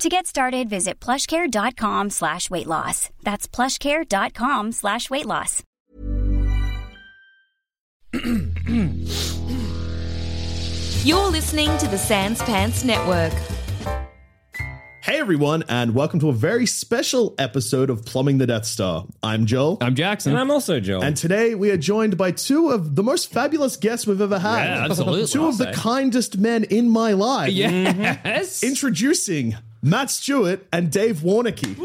To get started, visit plushcare.com slash weight loss. That's plushcare.com slash weight loss. You're listening to the Sans Pants Network. Hey everyone, and welcome to a very special episode of Plumbing the Death Star. I'm Joel, I'm Jackson. And I'm also Joel. and today we are joined by two of the most fabulous guests we've ever had. Yeah, absolutely, two I'll of the say. kindest men in my life. Mm-hmm. yes. Introducing Matt Stewart and Dave Warnicky.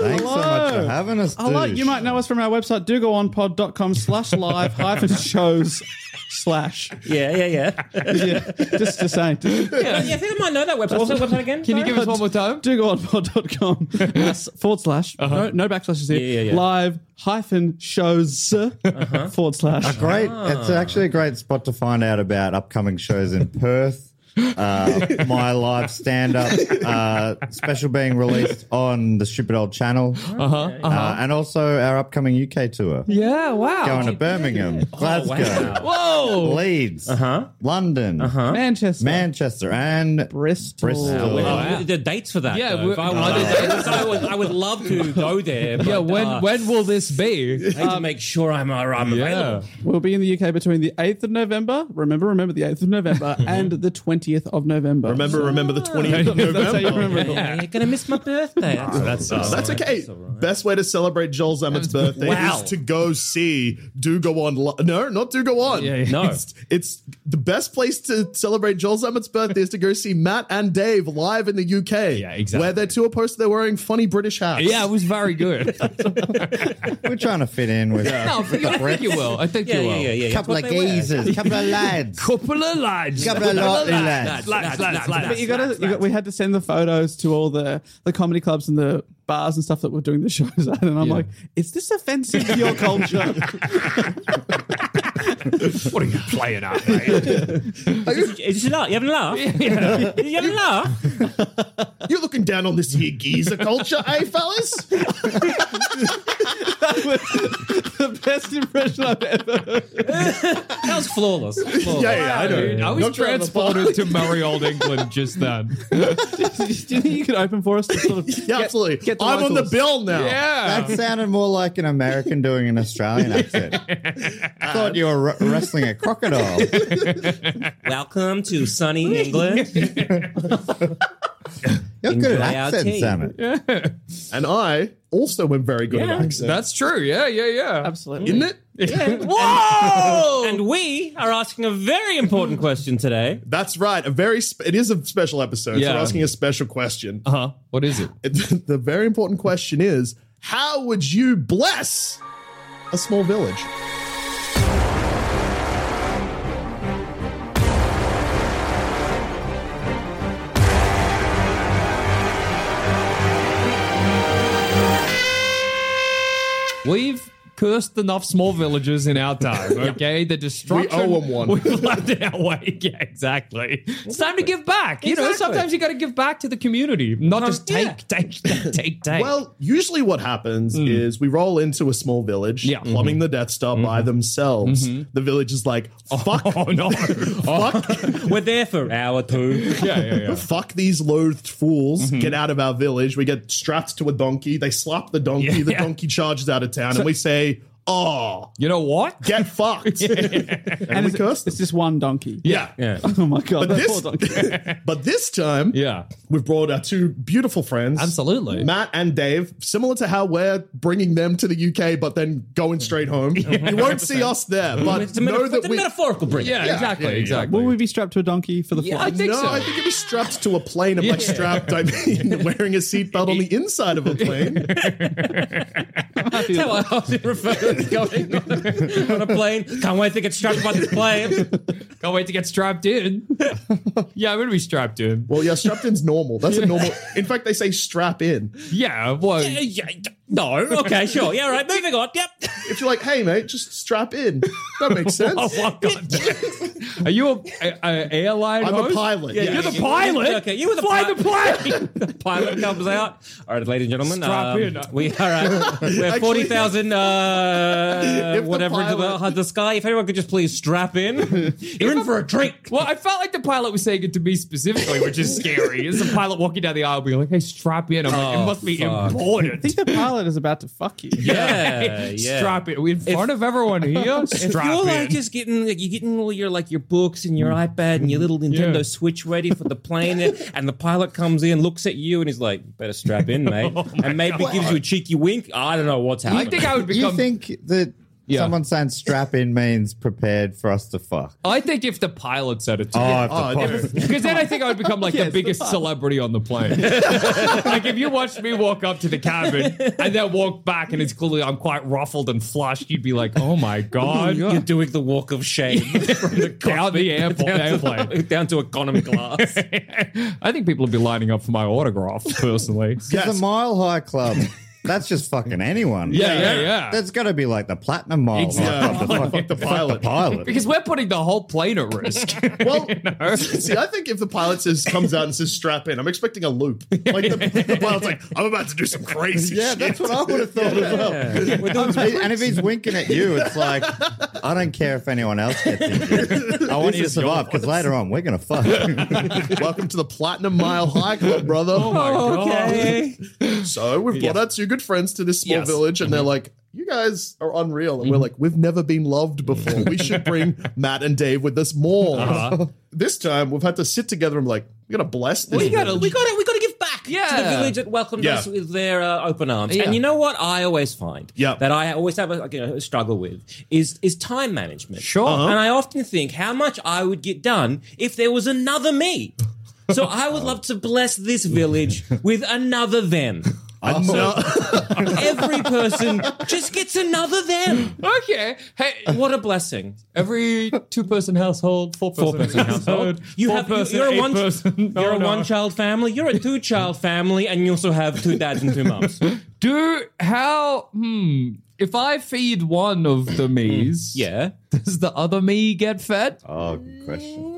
Thanks so much for having us. Hello, dude. you might know us from our website, dogoonpod.com slash live hyphen shows slash. yeah, yeah, yeah. Yeah, just to say, Oh, yeah. I think I might know that website. What's that website again? Can you Sorry? give us one more time? dogoonpod.com s- forward slash, no, no backslashes here, Yeah, yeah, yeah. live hyphen shows forward slash. Great. It's actually a great spot to find out about upcoming shows in Perth. Uh, my live stand up uh, special being released on the Stupid Old Channel. Uh-huh, and also our upcoming UK tour. Yeah. Wow. Going to Birmingham, Glasgow, Whoa. Leeds, uh-huh. London, uh-huh. Manchester. Manchester, and Bristol. Bristol. Uh, the dates for that. Yeah, though. we- If I, was- Are there dates? I would, I would love to go there. But, Yeah. When uh, when will this be? I need to make sure I'm, uh, I'm Yeah. available. We'll be in the UK between the 8th of November, remember, remember the 8th of November, and the 20th of November. Remember, remember the 28th of If that's how you November. remember it. Yeah, you're gonna miss my birthday. Oh, That's, Uh, that's okay. Best way to celebrate Joel's Emmett's birthday Wow. is to go see Do Go On. Li- no, not Do Go On. yeah. No. It's, it's the best place to celebrate Joel's Emmett's birthday is to go see Matt and Dave live in the UK. Yeah, exactly. Where their tour posts, they're wearing funny British hats. Yeah, it was very good. We're trying to fit in with no, I think, I think you will. I think you Yeah, yeah, will. yeah, yeah. a That's couple what of they wear. geezers, couple of lads. Couple of lads. Couple of lovely lads. lads. Lads, lads, lads. But you gotta, you got, we had to send the photos to all the, the comedy clubs and the bars and stuff that were doing the shows at. And I'm like, is this offensive to your culture? What are you playing at, mate? Is this, is this a laugh? You having a laugh? You having a laugh? You're looking down on this here geezer culture, eh, fellas? the best impression I've ever heard. That was flawless. flawless. yeah, I know. Oh, Dude, I was Knocked around the transported to merry old England just then. Do you think you could open for us? To sort of Yeah, absolutely. get the I'm on the locals. bill now. Yeah. That sounded more like an American doing an Australian accent. I thought you were wr- wrestling a crocodile. Welcome to sunny England. You're good Enjoy at our accents, tea. Amit. And I also am very good at accents. That's true. Yeah, yeah, yeah. Absolutely. Isn't it? Whoa! and we are asking a very important question today. That's right. A very sp- it is a special episode. So Yeah. Uh-huh. we're asking a special question. huh? What is it? It- the very important question is how would you bless a small village? We've cursed enough small villages in our time, okay? The We destruction. owe 'em one. We've left our way. Yeah, exactly. It's time to give back. You know, Exactly. sometimes you got to give back to the community, not just take, yeah. take, take, take, take. Well, usually what happens is we roll into a small village, Hmm. Yeah. Mm-hmm. plumbing the Death Star by themselves. The village is like, fuck, oh no! Oh. fuck, We're there for hour two. yeah, yeah, Mm-hmm. yeah. fuck these loathed fools. Get out of our village. We get strapped to a donkey. They slap the donkey. The Yeah. donkey charges out of town, and we say, Oh, You know what? get fucked. and we it's, cursed. it's just one donkey. yeah. Yeah. Oh my god, But that poor this, donkey. but this time, Yeah. we've brought our two beautiful friends. Absolutely. Matt and Dave, similar to how we're bringing them to the UK, but then going straight home. You won't see us there, but It's a, know metaphor- that it's a we. metaphorical bring. Yeah, exactly, yeah, yeah. exactly. Will we be strapped to a donkey for the Yeah, flight? I think no, so. I think it'd be strapped to a plane. And by Yeah. strapped, I mean wearing a seatbelt on the inside of a plane. That's how I often refer to it going on, on a plane. Can't wait to get struck by this plane. Can't wait to get strapped in. yeah, I'm gonna be strapped in. Well, yeah, strapped in's normal. That's a normal. In fact, they say strap in. Yeah, well, Yeah, yeah, yeah. no, okay, sure. Yeah, all right, moving on. Yep. If you're like, hey, mate, just strap in. That makes sense. Oh my god! Are you a, a, a airline? I'm host? a pilot. Yeah, You're yeah, the yeah. pilot. Okay, you were the fly pi- the plane. the pilot comes out. All right, ladies and gentlemen, Strap um, in. we are at, we're Actually- forty thousand uh, If the whatever into the, uh, pilot- the sky. If anyone could just please strap in, you're in for a drink. well, I felt like the pilot was saying it to me specifically, which is scary. Is the pilot walking down the aisle being like, "Hey, strap in"? I'm like, "It Oh, must be fuck. important." I think the pilot is about to fuck you. Yeah, yeah. Strap it. We in front of everyone here. If Strap you're in. like just getting, like, you're getting all your like your books and your iPad and your little Nintendo Yeah. Switch ready for the plane, and the pilot comes in, looks at you, and he's like, "Better strap in, mate," Oh and maybe gives you a cheeky wink. I don't know what's I happening. think I would become. you think that Yeah. someone saying strap in means prepared for us to fuck? I think if the pilot said it to Oh, me. if the Oh, fuck- if- Because then I think I would become like the Yes, biggest the pilot. celebrity on the plane. like if you watched me walk up to the cabin and then walk back and it's clearly I'm quite ruffled and flushed, you'd be like, oh my God. You're doing the walk of shame from the Down the airport, airplane. cockpit down to economy class. I think people would be lining up for my autograph personally. It's a mile high club. That's just fucking anyone. Yeah, yeah, yeah. That's got to be like the platinum mile. Exactly. High club. Fuck the The pilot. pilot. because we're putting the whole plane at risk. Well, see, I think if the pilot says comes out and says strap in, I'm expecting a loop. Like the, the pilot's like, I'm about to do some crazy yeah, shit. that's what I would have thought as well. and if he's winking at you, it's like, I don't care if anyone else gets injured. I want you to survive because later on we're gonna fuck. Welcome to the Platinum Mile High Club, brother. Oh, okay. So we've brought our two good friends to this small Yes. Mm-hmm. village, and they're like, "You guys are unreal," and we're like, "We've never been loved Mm-hmm. before. We should bring Matt and Dave with us more." Uh-huh. This time, we've had to sit together and be like, "We gotta bless this." We gotta- village." we got to we got to give back to the Yeah. village that welcomed Yeah. us with their uh, open arms. Yeah. And you know what I always find Yeah. that I always have a, like, you know, a struggle with is is time management. Sure. Uh-huh. and I often think how much I would get done if there was another me. So I would love to bless this village with another them. Every person just gets another them. okay. Hey, What a blessing! every two person household, four person, Four-person household. You four have person, you, are eight a one person. No, you're a Oh, no. one child family. You're a two child family, and you also have two dads and two mums. Do how hmm if I feed one of the me's, Yeah. does the other me get fed? Oh, good question.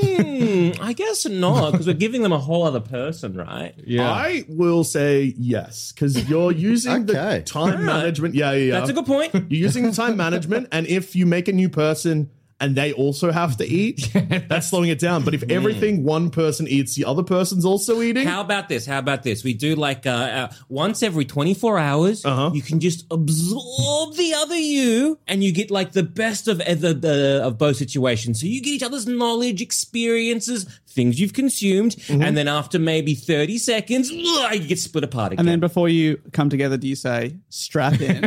Hmm, I guess not, because we're giving them a whole other person, right? I will say yes because you're using Okay. the time management. Yeah, yeah, yeah. That's a good point. You're using time management, and if you make a new person and they also have to eat, that's slowing it down. But Mm. if everything one person eats, the other person's also eating. How about this? How about this? We do like uh, uh, once every 24 hours, Uh-huh. you can just absorb the other you and you get like the best of either the, of both situations. So you get each other's knowledge, experiences, things you've consumed. And then after maybe 30 seconds, you get split apart again. And then before you come together, do you say strap in?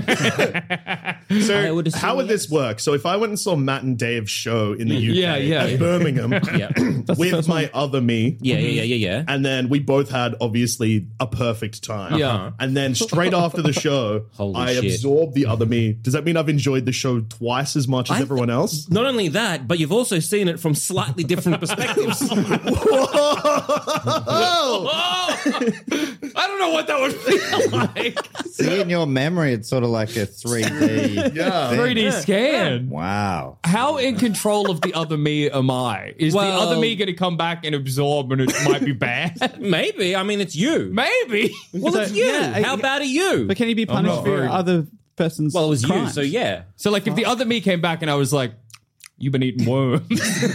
So I would assume how would yes. this work? So if I went and saw Matt and Dave's show in the UK Yeah, yeah. at Birmingham yeah. with my other me, yeah, yeah, yeah, yeah, yeah. and then we both had obviously a perfect time. Yeah. And then straight after the show, Holy I shit. absorbed the other me. Does that mean I've enjoyed the show twice as much as I- everyone else? Not only that, but you've also seen it from slightly different perspectives. Oh! Oh! I don't know what that would feel like. See, in your memory, it's sort of like a three D. Yeah. 3D scan. Wow. How in control of the other me am I? Is Well- the other me going to come back and absorb and it might be bad? Maybe. I mean, it's you. Maybe. Well, it's you. yeah, How I- about a you? but can you be punished not for your worried. other person's? Well, it was you, crimes? so yeah. So, like, if the other me came back and I was like, you've been eating worms. Is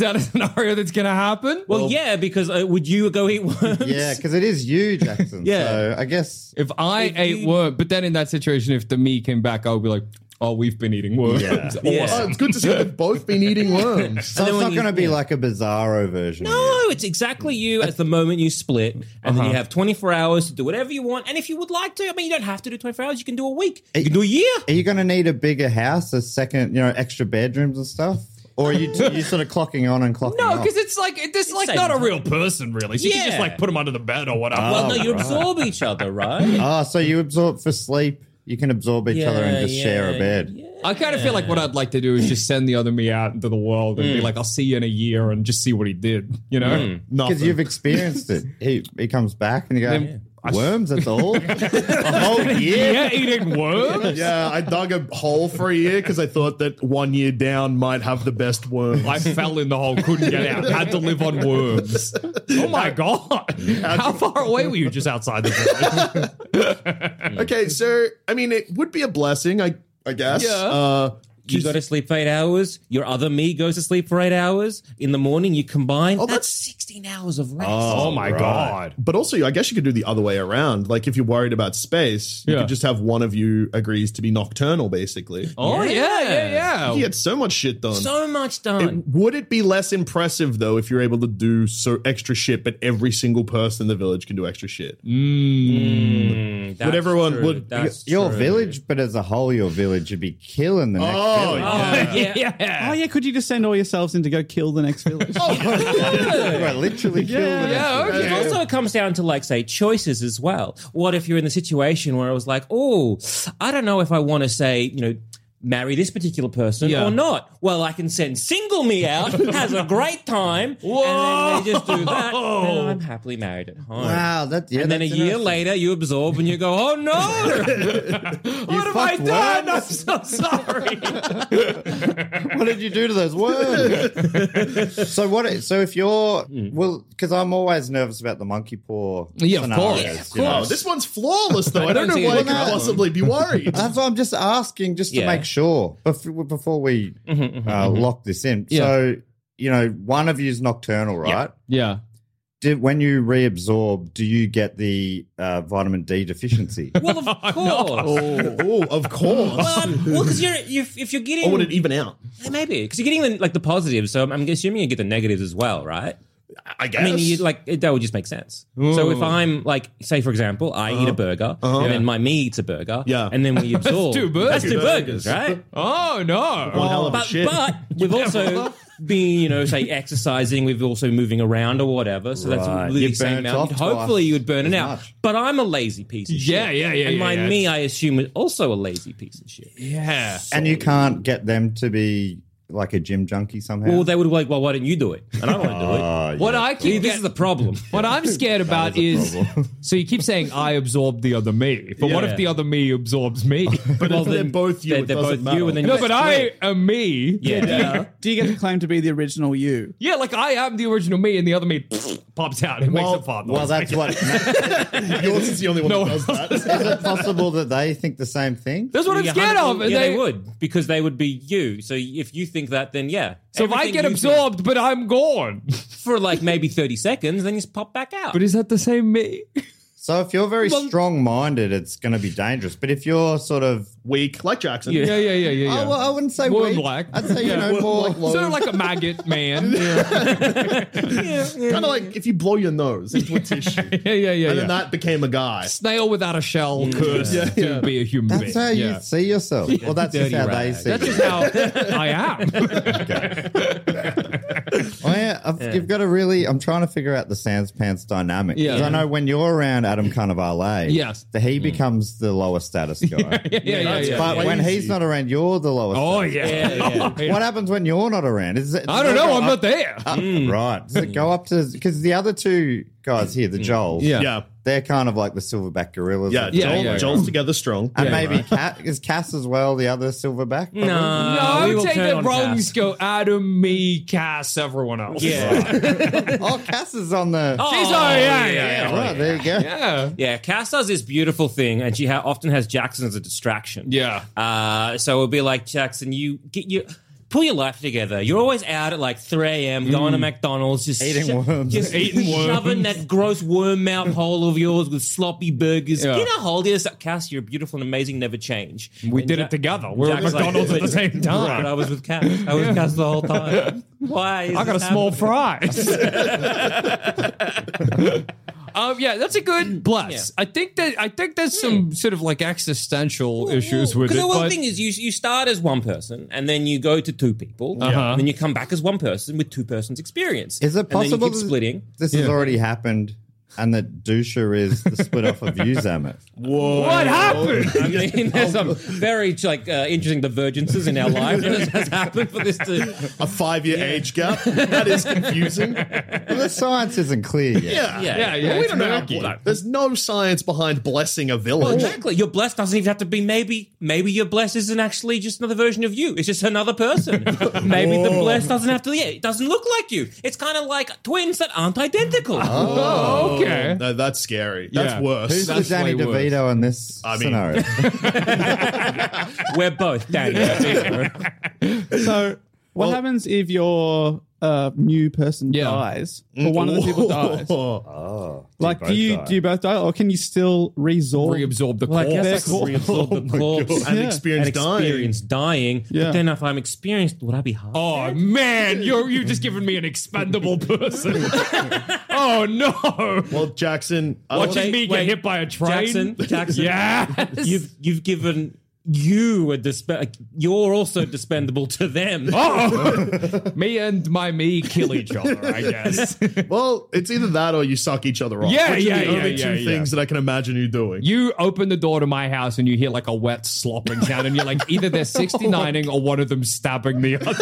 that a scenario that's going to happen? Well, yeah, because uh, would you go eat worms? Yeah, because it is you, Jackson. Yeah. So I guess. If I If ate you- worm, but then in that situation, if the me came back, I would be like, oh, we've been eating worms. Yeah. Awesome. Yeah. Oh, it's good to see they've both been eating worms. So it's then when not you- going to be yeah. like a bizarro version. No, it's exactly you at the moment you split, and then you have 24 hours to do whatever you want. And if you would like to, I mean, you don't have to do 24 hours. You can do a week. You can do a year. Are you going to need a bigger house, a second, you know, extra bedrooms and stuff? Or are you, you sort of clocking on and clocking No, off? because it's like this is like saving not a time. real person, really. So you can just Yeah. like put them under the bed or whatever. Oh. Well, no, you absorb each other, right? Ah, so you absorb for sleep. You can absorb each other and Yeah, just share a yeah, bed. I kind of feel like what I'd like to do is just send the other me out into the world Mm. and be like, I'll see you in a year and just see what he did, you know? Because Mm. you've experienced it. He, he comes back and you go, worms, that's all? a whole year? Yeah, eating worms? Yeah, I dug a hole for a year because I thought that one year down might have the best worms. I fell in the hole, couldn't get out, had to live on worms. Oh my God. How far away were you just outside the village? okay, so I mean, it would be a blessing, I I guess. Yeah. Uh, You go to sleep for eight hours. Your other me goes to sleep for eight hours. In the morning, you combine. Oh, that's that's- 16 hours of rest. Oh my God. but also, I guess you could do the other way around. Like, if you're worried about space, you Yeah. could just have one of you agrees to be nocturnal, basically. Oh, yeah, yeah, yeah. You get so much shit done. So much It- done. would it be less impressive though if you're able to do so extra shit, but every single person in the village can do extra shit? Mm, that's would everyone- true. would- That's Your true. village, but as a whole, your village would be killing the next Oh, village. Oh, yeah. Oh yeah, could you just send all yourselves in to go kill the next village? You are literally killing the next Yeah, village. okay. It also comes down to like say choices as well. What if you're in the situation where I was like, oh, I don't know if I want to say you know marry this particular person Yeah. or not. Well, I can send single me out, has a great time, and then they just do that. And I'm happily married at home. Wow, that, yeah, and then a that's year interesting. later, you absorb and you go, oh no, what have I fucked done? I'm worms. so sorry. What did you do to those worms? so what? So if you're well, because I'm always nervous about the monkey paw. Hmm. Yeah, of scenarios, course. Yeah, of you know. Oh, this one's flawless though. I, don't don't, see know why any I could problem. possibly be worried. That's why I'm just asking, just Yeah. to make sure before, before we Mm-hmm, uh, lock this in. So you know, one of you's nocturnal, right? Yeah. Did, when you reabsorb, do you get the uh, vitamin D deficiency? well, of course. oh, oh, of course. Um, well, because you're, you're if you're getting or would it even out? Yeah, Maybe because you're getting the, like the positives, so I'm, I'm assuming you get the negatives as well, right? I guess. I mean, you, like it, that would just make sense. So if I'm like, say for example, I eat a burger, and then my me eats a burger, Yeah. and then we absorb two burgers. That's two burgers, right? Oh, no. hell of a but, shit. but we've also been, you know, say exercising. We've also moving around or whatever. So that's Right. really You the same burnt amount. off Hopefully, twice you would burn it as out. much. But I'm a lazy piece of Yeah, shit. yeah, yeah, And yeah, my yeah. me, I assume, is also a lazy piece of shit. Oh, yeah. and you can't get them to be like a gym junkie somehow. Well, they would be like, well, why don't you do it? And I want to do it. Ah, What yeah. I keep This is the problem. What I'm scared about is, so you keep saying I absorbed the other me, but what Yeah. if the other me absorbs me? but well, if they're then both you. they're- it they're doesn't both matter. you and then no, you- but I am me. Yeah. Do you get to claim to be the original you? Yeah, like I am the original me, and the other me pops out and Well- makes a fart noise. well, that's what. yours is the only one No that does that. Is it possible that they think the same thing? that's what I'm Yeah, scared hundred- of. Yeah, and they, would because they would be you. So if you think that, then yeah. So if I Everything get you absorbed, but I'm gone, think for like maybe thirty seconds, then you just pop back out. but is that the same me? So if you're very Well- strong-minded, it's going to be dangerous. But if you're sort of, Weak, like Jackson. Yeah, yeah, yeah, yeah. yeah. I, well, I wouldn't say Worm weak. like. I'd say Yeah. you know Worm more. sort of like a maggot man. yeah, Kind of like if you blow your nose into a tissue, and yeah, yeah, yeah. then that became a guy. Snail without a shell cursed to be a human that's being. how you yeah. see yourself. Well, that's just dirty how rag. they That's see. just how I am. you. Oh, yeah, I've, You've got to really. I'm trying to figure out the sans pants dynamic. Yeah. Because I know when you're around Adam Cannavale, Yes. that he becomes the lower status guy. yeah, yeah, yeah. yeah. But when he's not around, you're the lowest. Oh status. yeah. yeah, What happens when you're not around? Is it, I don't know. I'm not Mm. there. Uh, Right. Does it go up to because the other two guys here, the Joels, Mm. Yeah. Yeah. they're kind of like the silverback gorillas. Yeah, And Yeah, Joel, yeah. Joel's together strong. and maybe Cat is Cass as well, the other silverback. probably? no, no, I we would will say turn the on wrongs Cass. go Adam, me, Cass, everyone else. Yeah, Oh, Cass is on the. Oh, She's oh, yeah, yeah, yeah, yeah. right, there you go. Yeah. yeah. Cass does this beautiful thing, and she ha- often has Jackson as a distraction. Yeah. Uh, so it'll be like Jackson, you get your pull your life together. You're always out at like 3 a.m. going to McDonald's, just Eating worms. just Mm. Eating shoving that gross worm mouth hole of yours with sloppy burgers. Yeah. Get a hold of yourself, Cass. You're beautiful and amazing. Never change. We And did Ja- it together. We were at Jack's like, McDonald's at the "But- same time. But I was with Cass. I was with Cass the whole time. Why? is I got a this small happening? prize. um, yeah, that's a good bless. I think that I think there's some sort of like existential issues with it. Because the one but- thing is, you you start as one person, and then you go to two people, Uh-huh. and then you come back as one person with two persons' experience. Is it And then possible you keep that splitting? This has already happened, and that Dusha is the split off of you, Zamet. what happened? I mean, there's some very like uh, interesting divergences in our life that has happened for this to. A five year age gap. That is confusing. Well, the science isn't clear yet. Yeah. Yeah, Yeah, yeah. Well, we it's don't know. murky. how- There's no science behind blessing a Well, village. Oh, exactly. Your blessed doesn't even have to be maybe. Maybe your blessed isn't actually just another version of you. It's just another person. maybe the blessed doesn't have to. Yeah, it doesn't look like you. It's kind of like twins that aren't identical. Oh, okay. No, that's scary. That's Yeah. worse. Who's the That's Danny way worse. DeVito in this I mean- scenario? We're both Danny. So, what happens if your uh, new person Yeah. dies, or one of the people dies? Oh. Like, both do you die? do you both die, or can you still resorb? Reabsorb the Well, I corpse. guess I Corpse. could reabsorb the corpse. An Yeah. experience and dying. experience dying. Yeah. But then if I'm experienced, would I be hard? Oh man, you're you've just given me an expendable person. oh no. Well, Jackson, uh, I Watch don't- Watching wait, me get wait. hit by a train. Jackson, Jackson. Yeah. You've you've given you a disp- you're also dispendable to them. Oh, me and my me kill each other. I guess well, it's either that or you suck each other off. Yeah, which yeah, are the yeah, only yeah, two yeah. things that I can imagine you doing. you open the door to my house and you hear like a wet slopping sound, and you're like, either they're 69ing or one of them stabbing the other.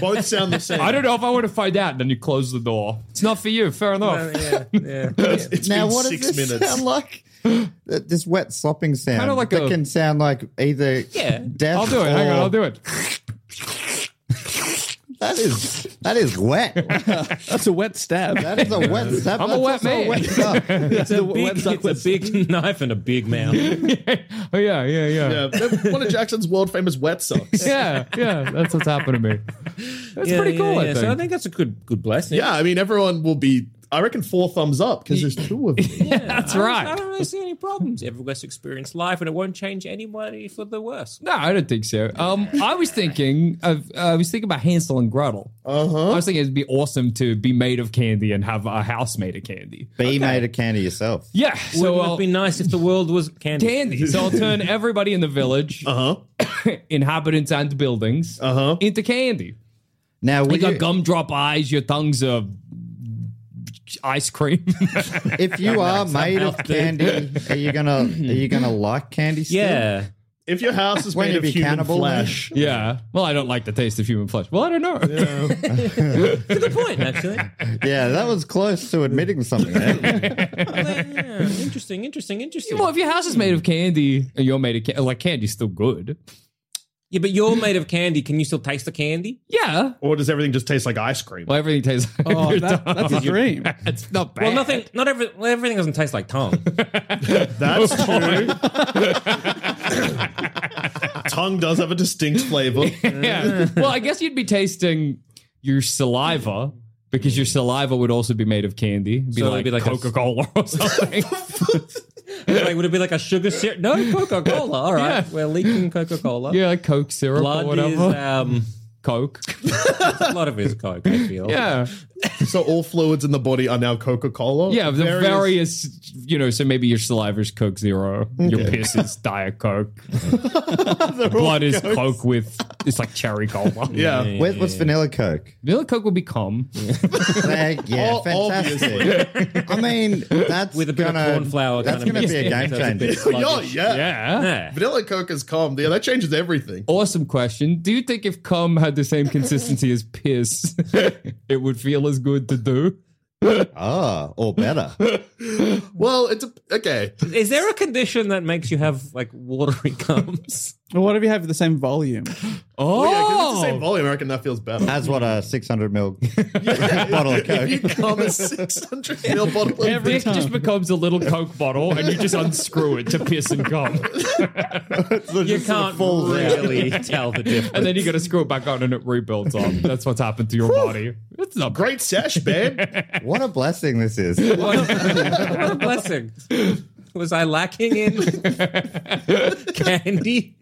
both sound the same. I don't know if I want to find out. And then you close the door. It's not for you. Fair enough. yeah, yeah. yeah. It's now, been what six does this minutes. sound like? Th- This wet slopping sound Kinda like that a- can sound like either Yeah. death. I'll do it. Hang on. or- I'll do it. That is that is wet. That's a wet stab. That is a wet stuff. I'm a wet man. It's a big, it's a big knife and a big mouth. Oh yeah, yeah, yeah, Yeah, yeah, they're one of Jackson's world famous wet socks. yeah. That's what's happened to me. That's pretty cool. I think. So I think that's a good good blessing. Yeah, I mean, everyone will be. I reckon four thumbs up because there's two of them. that's I right. don't really see any problems. Everyone's experienced life, and it won't change anybody for the worse. No, I don't think so. Um, I was thinking of uh, I was thinking about Hansel and Gretel. Uh-huh. I was thinking it'd be awesome to be made of candy and have a house made of candy. Be made of candy yourself. Yeah, So so Wouldn't I'll, it be nice if the world was candy? candy. So I'll turn everybody in the village, Uh huh. inhabitants and buildings, Uh-huh. into candy. Now, You would got you- gumdrop eyes. Your tongues are ice cream. if you are made of candy, are you gonna are you gonna like candy? Still? Yeah. If your house is Won't made you of be human cannibal then? flesh, yeah. Well, I don't like the taste of human flesh. Well, I don't know. Good point, actually. yeah, that was close to admitting something. there. Yeah, interesting, interesting, interesting. Well, if your house is made of candy and you're made of ca- like candy's still good. Yeah, but you're made of candy. Can you still taste the candy? Yeah. or does everything just taste like ice cream? Well, everything tastes. like Oh, your that, tongue. that's a dream. It's not bad. Well, nothing. Not every, well, everything doesn't taste like tongue. That's true. Tongue does have a distinct flavor. yeah. Well, I guess you'd be tasting your saliva because your saliva would also be made of candy. It'd be So it'd like, be like a- Coca Cola or something. like, would it be like a sugar syrup? No, Coca Cola. All Yeah. right, we're leaking Coca Cola. yeah, like Coke syrup or blood whatever. is um, Coke. a lot of it is Coke. I feel. Yeah. So all fluids in the body are now Coca Cola. Yeah, the various, you know, so maybe your saliva's Coke Zero, your piss is Diet Coke, blood is Coke with, it's like cherry cola. Yeah. Where, what's vanilla coke? Vanilla Coke would be cum. Like, yeah, Ob- fantastic. I mean, that's With a bit of gonna, corn flour That's kinda gonna be a mixed in, game so it's a changer. bit- Oh, yeah. Yeah. Yeah. Vanilla Coke is calm. Yeah, that changes everything. Awesome question. Do you think if cum had the same consistency as piss, it would feel as good to do? Oh, or better. Well, it's a, okay. Is there a condition that makes you have like watery gums? Well, what if you have the same volume? Oh, Yeah, 'cause it's the same volume. I reckon that feels better. As what a 600 mil bottle of if you Coke. come a 600 mil bottle of Every Oh! dick just becomes a little Coke bottle, and you just unscrew it to piss and cum, You can't really tell the difference. and then you got to screw it back on, and it rebuilds on. That's what's happened to your body. It's not Great sesh, babe. What a blessing this is. what a blessing. Was I lacking in candy,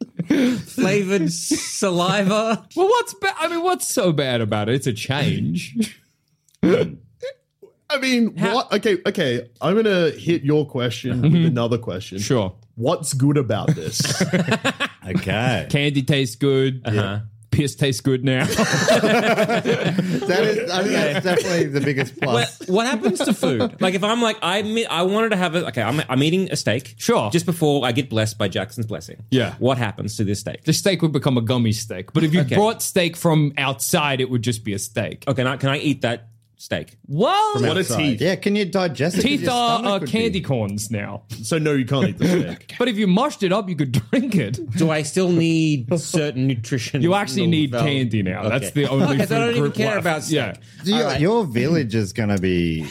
flavored saliva? Well, what's ba- I mean, what's so bad about it? It's a change. I mean, what? Okay, okay. I'm gonna hit your question with another question. Sure, What's good about this? Okay. candy tastes good. Uh-huh. Piss tastes good now. That is, I think that's definitely the biggest What, plus. what happens to food? Like if I'm like I mi- I wanted to have a okay I'm I'm eating a steak Sure. just before I get blessed by Jackson's blessing Yeah. what happens to this steak the steak would become a gummy steak, but if you Okay. brought steak from outside, it would just be a steak. okay now, can I eat that steak Well, what a teeth. Yeah, can you digest it? teeth Your are stomach uh, would be- candy corns now. So no, you can't eat the steak. But if you mushed it up, you could drink it. do I still need certain nutrition You actually need candy now. That's the only. Mm, okay so I food don't even group care left. about steak Yeah. Your, your village is going to be.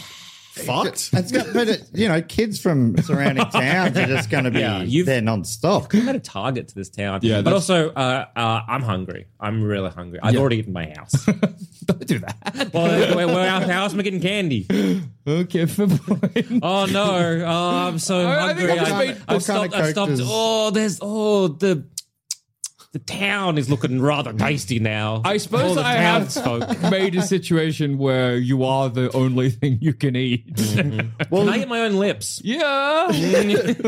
Fucked. It's got, but it, you know, kids from surrounding towns are just going to be Yeah, you've- there non-stop. I'm a target to this town. Yeah, but that's- also uh, uh, I'm hungry. I'm really hungry. I've already eaten my house. Don't do that. well, we're, we're out of the house. We're getting candy. Okay, for point. Oh no! Oh, I'm so I- I hungry. think I, I've I, made- have what kind stopped. of I've stopped. characters- Oh, there's oh the the town is looking rather tasty now. I All suppose the I have made a situation where you are the only thing you can eat. Mm. Well, can I get my own lips? yeah.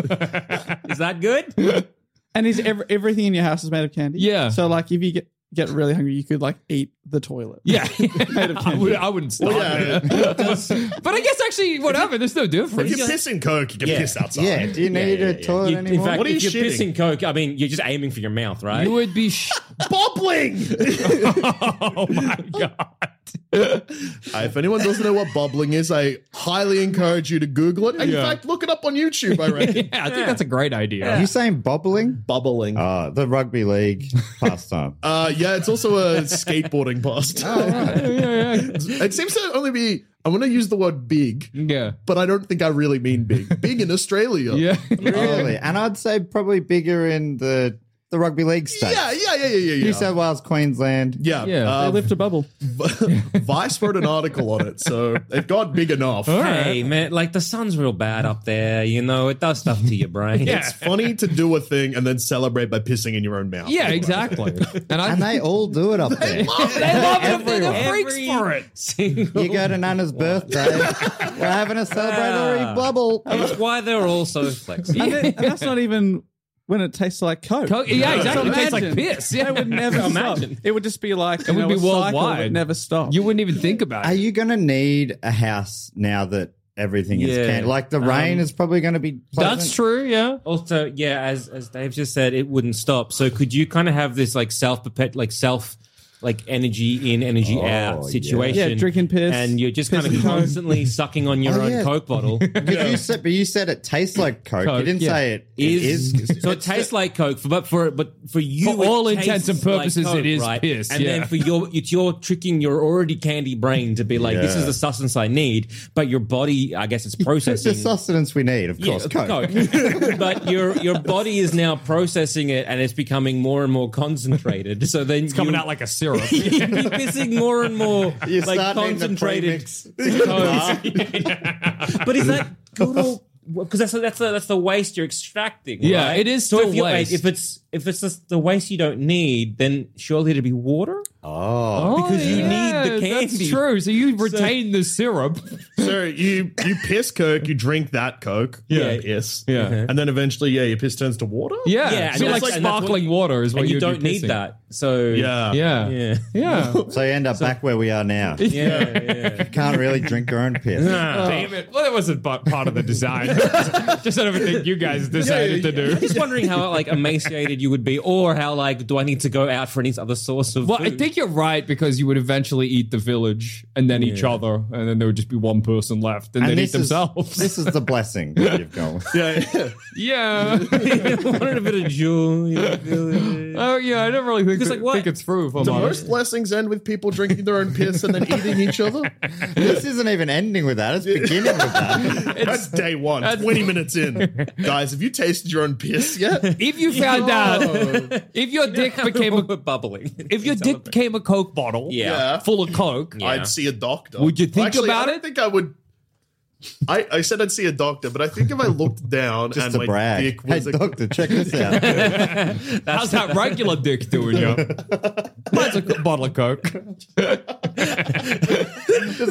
Is that good? And is every, everything in your house is made of candy? Yeah. So like, if you get get really hungry, you could like eat the toilet. Yeah. I, would, I wouldn't stop. Oh, Yeah. But I guess actually, whatever, there's no If difference. you're pissing coke, you can Yeah. piss outside. Yeah, do you need yeah, a yeah, yeah. toilet You- in anymore? fact, What are if you you're shitting? pissing coke, I mean, you're just aiming for your mouth, right? You would be. Sh- Bobbling. oh my God. Uh, if anyone doesn't know what bubbling is, I highly encourage you to Google it. And Yeah. in fact, look it up on YouTube, I reckon. Yeah, I think that's a great idea. you saying bobbling? Bubbling. Uh, Uh, the rugby league pastime. yeah, it's also a skateboarding past. yeah, yeah. it seems to only be, I want to use the word big, Yeah. but I don't think I really mean big. Big in Australia. Yeah. Probably. And I'd say probably bigger in the, the rugby league state. Yeah, yeah, yeah, yeah, yeah. yeah. New South Wales, Queensland. yeah, Yeah. They uh, lift a bubble. Vice wrote an article on it, so it got big enough. Hey man, like the sun's real bad up there. You know, it does stuff to your brain. It's funny to do a thing and then celebrate by pissing in your own mouth. Yeah, exactly. And I And they all do it up there. they love it. They're Everyone. the freaks Every for it. single- You go to Nana's birthday. We're having a celebratory Ah. bubble. That's why they're all so flexible. And, then- and that's not even when it tastes like Coke. Co- yeah, exactly. It tastes like Imagine. piss. Yeah. It would never stop. Imagine. It would just be like it would know, be a cycle that worldwide. Would never stop. You wouldn't even think about Are it. you going to need a house now that everything Yeah. is canned? Like the rain is probably going to be. Pleasant. That's true. Yeah. Also, yeah, as as Dave just said, it wouldn't stop. So could you kind of have this like self perpet like self like energy in, energy Oh, out situation? Yeah, drinking piss, and you're just piss kind of in the mug. constantly sucking on your Oh, own yeah. coke bottle. It Because you said, but you said it tastes like Coke. Coke, you didn't yeah. say it, it Is, is. so it tastes like coke, for, but for but for you, For it all tastes intents and like purposes, Coke, it is right? piss, And yeah. then for your it's your tricking your already candy brain to be like, this is the sustenance I need, but your body, I guess, it's It's the processing. sustenance we need, of course. of Coke. Coke. but your your body is now processing it and it's becoming more and more concentrated. So then it's Coming out like a syrup. you're pissing more and more You like start needing the concentrated. premix. But is that good or because that's that's the, that's the waste you're extracting. Yeah, right? it is So still if you waste. if it's if it's just the waste you don't need, then surely it'd be water. Oh, Because you yeah, need the That's candy. true. So you retain the syrup. So you you piss Coke, you drink that Coke, Yeah. you piss, Yeah. and then eventually, yeah, your piss turns to water. Yeah. Yeah, so and like that's- and that's what- sparkling water is what And you you'd be don't need pissing. that. So yeah, Uh, Yeah. yeah. Yeah. so you end up back where we are now. You Yeah, yeah. can't really drink your own piss. Damn it. Well, that wasn't bu- part of the design. Just out of everything you guys decided to I'm do. just wondering how like emaciated you would be, or how like do I need to go out for any other source of Well, I food? think think you're right because you would eventually eat the village and then each other, and then there would just be one person left, and, And they'd this eat is- themselves. This is the blessing that you've gone with. Yeah, yeah. yeah. wanted a bit of joy. oh yeah, I don't really think, Because, that- like, what- think it's through. If I'm Do honest. most blessings end with people drinking their own piss and then eating each other? This isn't even ending with that. It's beginning with that. that's day one, 20 minutes in. Guys, have you tasted your own piss yet? If you found out, if your dick became a, bubbling. if your dick became a Coke bottle, Yeah. full of Coke, Yeah. I'd see a doctor. Would you think Actually, about I don't it? think I would. I, I said I'd see a doctor, but I think if I looked down Just and to my brag. dick hey, was a, doctor, check this out. how's that regular dick doing, yo? That's a co- bottle of Coke. Just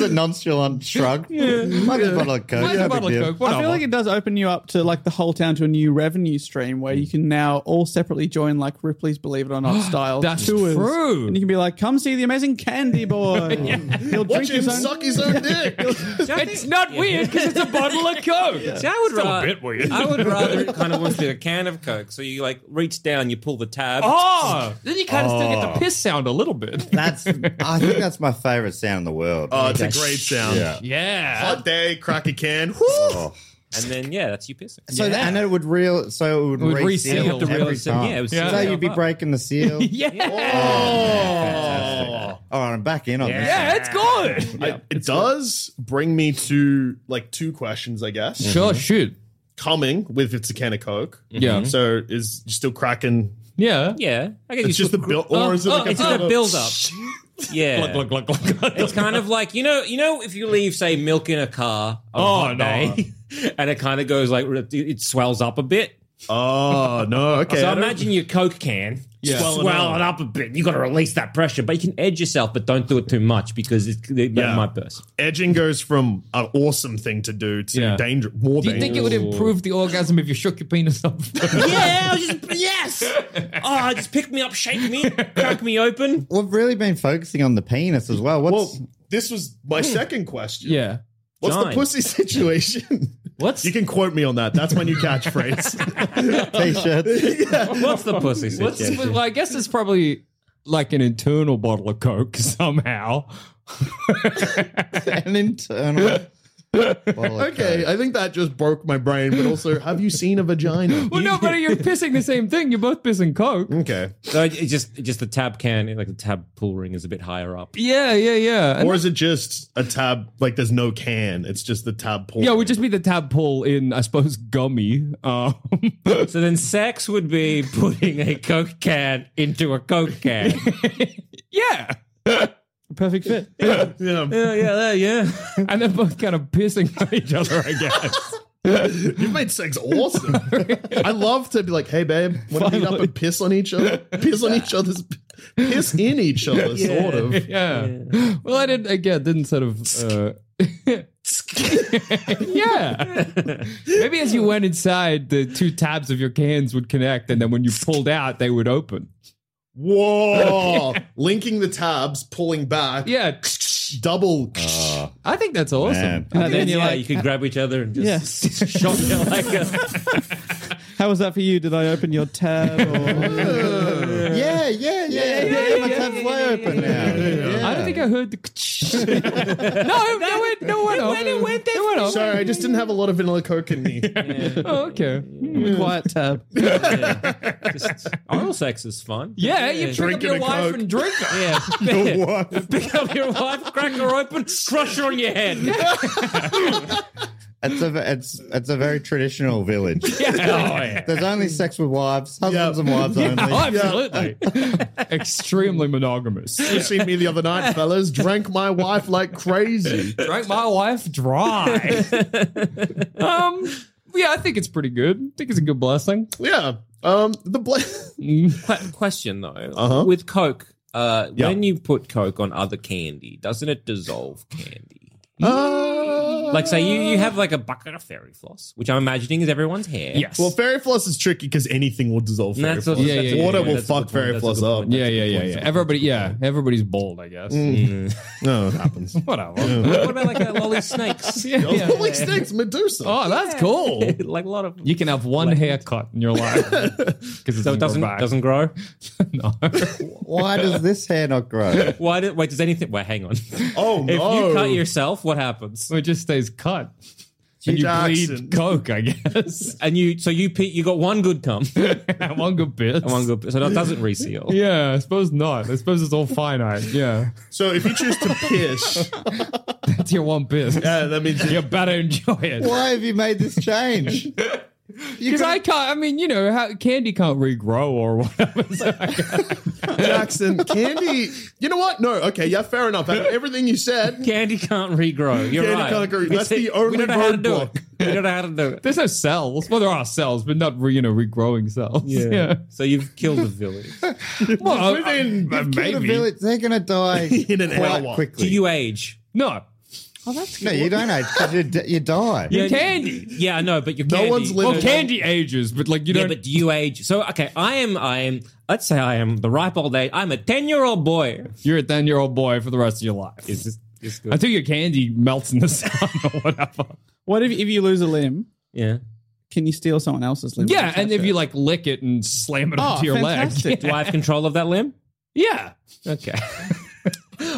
a nonchalant shrug. Yeah. Mine's a bottle of Coke. Mine's no a big bottle of deal. Coke. I Whatever. feel like it does open you up to like the whole town to a new revenue stream where you can now all separately join like Ripley's Believe It or Not style That's tours. true. And you can be like, come see the amazing Candy Boy. He'll drink watch him his own. suck his own dick. It's not weird because it's a bottle of Coke. See, I would Still a rather. bit weird. I would rather it kind of wants to be a can of Coke. So you like reach down, you pull the tab. Oh, then you kind of still get the piss sound a little bit. That's. I think that's my favorite sound in the world. Oh, it's a great sound. Yeah. Yeah. Hot day, crack a can. Whoo! Oh. and then yeah, that's you pissing. So that, and it would reel. So it would, It would reseal reseal. You'd have to every reel it in. time. Yeah, it would seal so itself you'd be up. breaking the seal. Yeah. Oh. Fantastic. All right, I'm back in on this. Yeah, it's good. Oh, I- it does bring me to like two questions, I guess. Sure, shoot. Coming with it's a can of Coke. Yeah. So is you still cracking? Yeah. Yeah, I guess It's you just the build, or is it oh, like a it's just a build up. Yeah, Look, look, look, look, look. It's kind of like you know, you know, if you leave say milk in a car on Oh, a hot no. day, and it kind of goes like it swells up a bit. Oh no! Okay. So I don't- imagine your Coke can Yeah. swell, it up a bit. You got to release that pressure, but you can edge yourself, but don't do it too much because it, it Yeah. might burst. edging goes from an awesome thing to do to Yeah. danger, more Do you dangerous. think it would improve the orgasm if you shook your penis up? yeah, I was just yes. Oh, just pick me up, shake me, crack me open. We've really been focusing on the penis as well. What's well, this was my second question. Hmm. yeah. What's the John. pussy situation? What's you can quote me on that. That's my new catchphrase. t-shirts? what's the pussy What's, situation? well, I guess it's probably like an internal bottle of Coke somehow. An internal. bottle of okay, Coke. I think that just broke my brain. But also, have you seen a vagina? Well, no, but you're pissing the same thing. You're both pissing Coke. okay. So it just it just the tab can like the tab pull ring is a bit higher up. Yeah, yeah, yeah. And Or is it just a tab? Like, there's no can. It's just the tab pull. yeah, it would just be the tab pull in, I suppose, gummy. Um, So then sex would be putting a Coke can into a Coke can. yeah. Perfect fit. Yeah. yeah, yeah, yeah. And they're both kind of pissing on each other, I guess. You've made sex awesome. I love to be like, hey, babe, want to meet up and piss on each other? Piss on each other's, piss in each other, sort of. Yeah. Well, I didn't, again, didn't sort of. Uh, yeah. Maybe as you went inside, the two tabs of your cans would connect, and then when you pulled out, they would open. Whoa! Linking the tabs, pulling back, Yeah. double. I think that's awesome. Man. And then yeah, you're you like, could grab each other and yeah. just shot you like a How was that for you? Did I open your tab? Or... Yeah, yeah, yeah, yeah. yeah, my tab's way open now. I don't think I heard the. no, no one, no one. When it went there, no one opened. Sorry, I just didn't have a lot of vanilla coke in me. Oh, okay. Hmm. Quiet tab. just, oral sex is fun. Yeah, you pick up Drinking your a wife Coke. and drink her. Yeah. Pick up your wife, crack her open, crush her on your head. It's a it's it's a very traditional village. There's only sex with wives, husbands Yeah. and wives only. Oh, absolutely. Extremely monogamous. You seen me the other night, fellas? Drank my wife like crazy. Drank my wife dry. um, yeah, I think it's pretty good. I think it's a good blessing. Yeah. Um. The bla- Qu- question though, Uh-huh. with Coke, uh, Yeah. when you put Coke on other candy, doesn't it dissolve candy? Uh, Like, say you, you have like a bucket of fairy floss, which I'm imagining is everyone's hair. Yes. Well, fairy floss is tricky because anything will dissolve And fairy that's floss. also- Yeah, yeah, yeah, Water yeah, will that's a good fuck point, fairy that's a floss good up. point. yeah, yeah, yeah, yeah. Everybody, yeah, everybody's bald, I guess. No, it happens. Whatever. What about like a lolly snakes? yeah. Those Holy snakes, Medusa. Oh, that's cool. like a lot of. You can have one haircut in your life because it so it doesn't doesn't grow. no. Why does this hair not grow? Why? Do, wait, does anything? Wait, hang on. Oh, If no. you cut yourself, what happens? it just stays cut. And you Jackson. bleed coke, I guess. And you, so you, pe- you got one good cum, And one good bit. and one good, so that doesn't reseal. Yeah, I suppose not. I suppose it's all finite. Yeah, So if you choose to piss, that's your one bit. uh, that means You better enjoy it. Why have you made this change? You Because I could- can't. I mean, you know, how, candy can't regrow or whatever. So Jackson candy. You know what? No, okay, yeah, fair enough. Out of Everything you said, Candy can't regrow. You're Candy right. can't regrow. We That's the said- only we don't know how to do roadblock. it. We don't know how to do it. there's no cells. Well, there are cells, but not re, you know regrowing cells. Yeah. So you've killed the village. Well, uh, within I- Kill the village, they're going to die In an quite hour. quickly. Do you age? no. no, you don't age 'cause you, d- you die. You're candy. Yeah, I know, but you're No candy. one's living- Well, candy ages, but like you Yeah, don't. but do you age? So okay, I am. I am. Let's say I am the ripe old age. I'm a ten-year-old boy. you're a ten year old boy for the rest of your life. Is this? Is good. Until your candy melts in the sun or whatever. What if, if you lose a limb? yeah. Can you steal someone else's limb? Yeah, and if you like lick it and slam it Ah, Oh, onto your leg. fantastic. Do I have control of that limb? Yeah. Okay.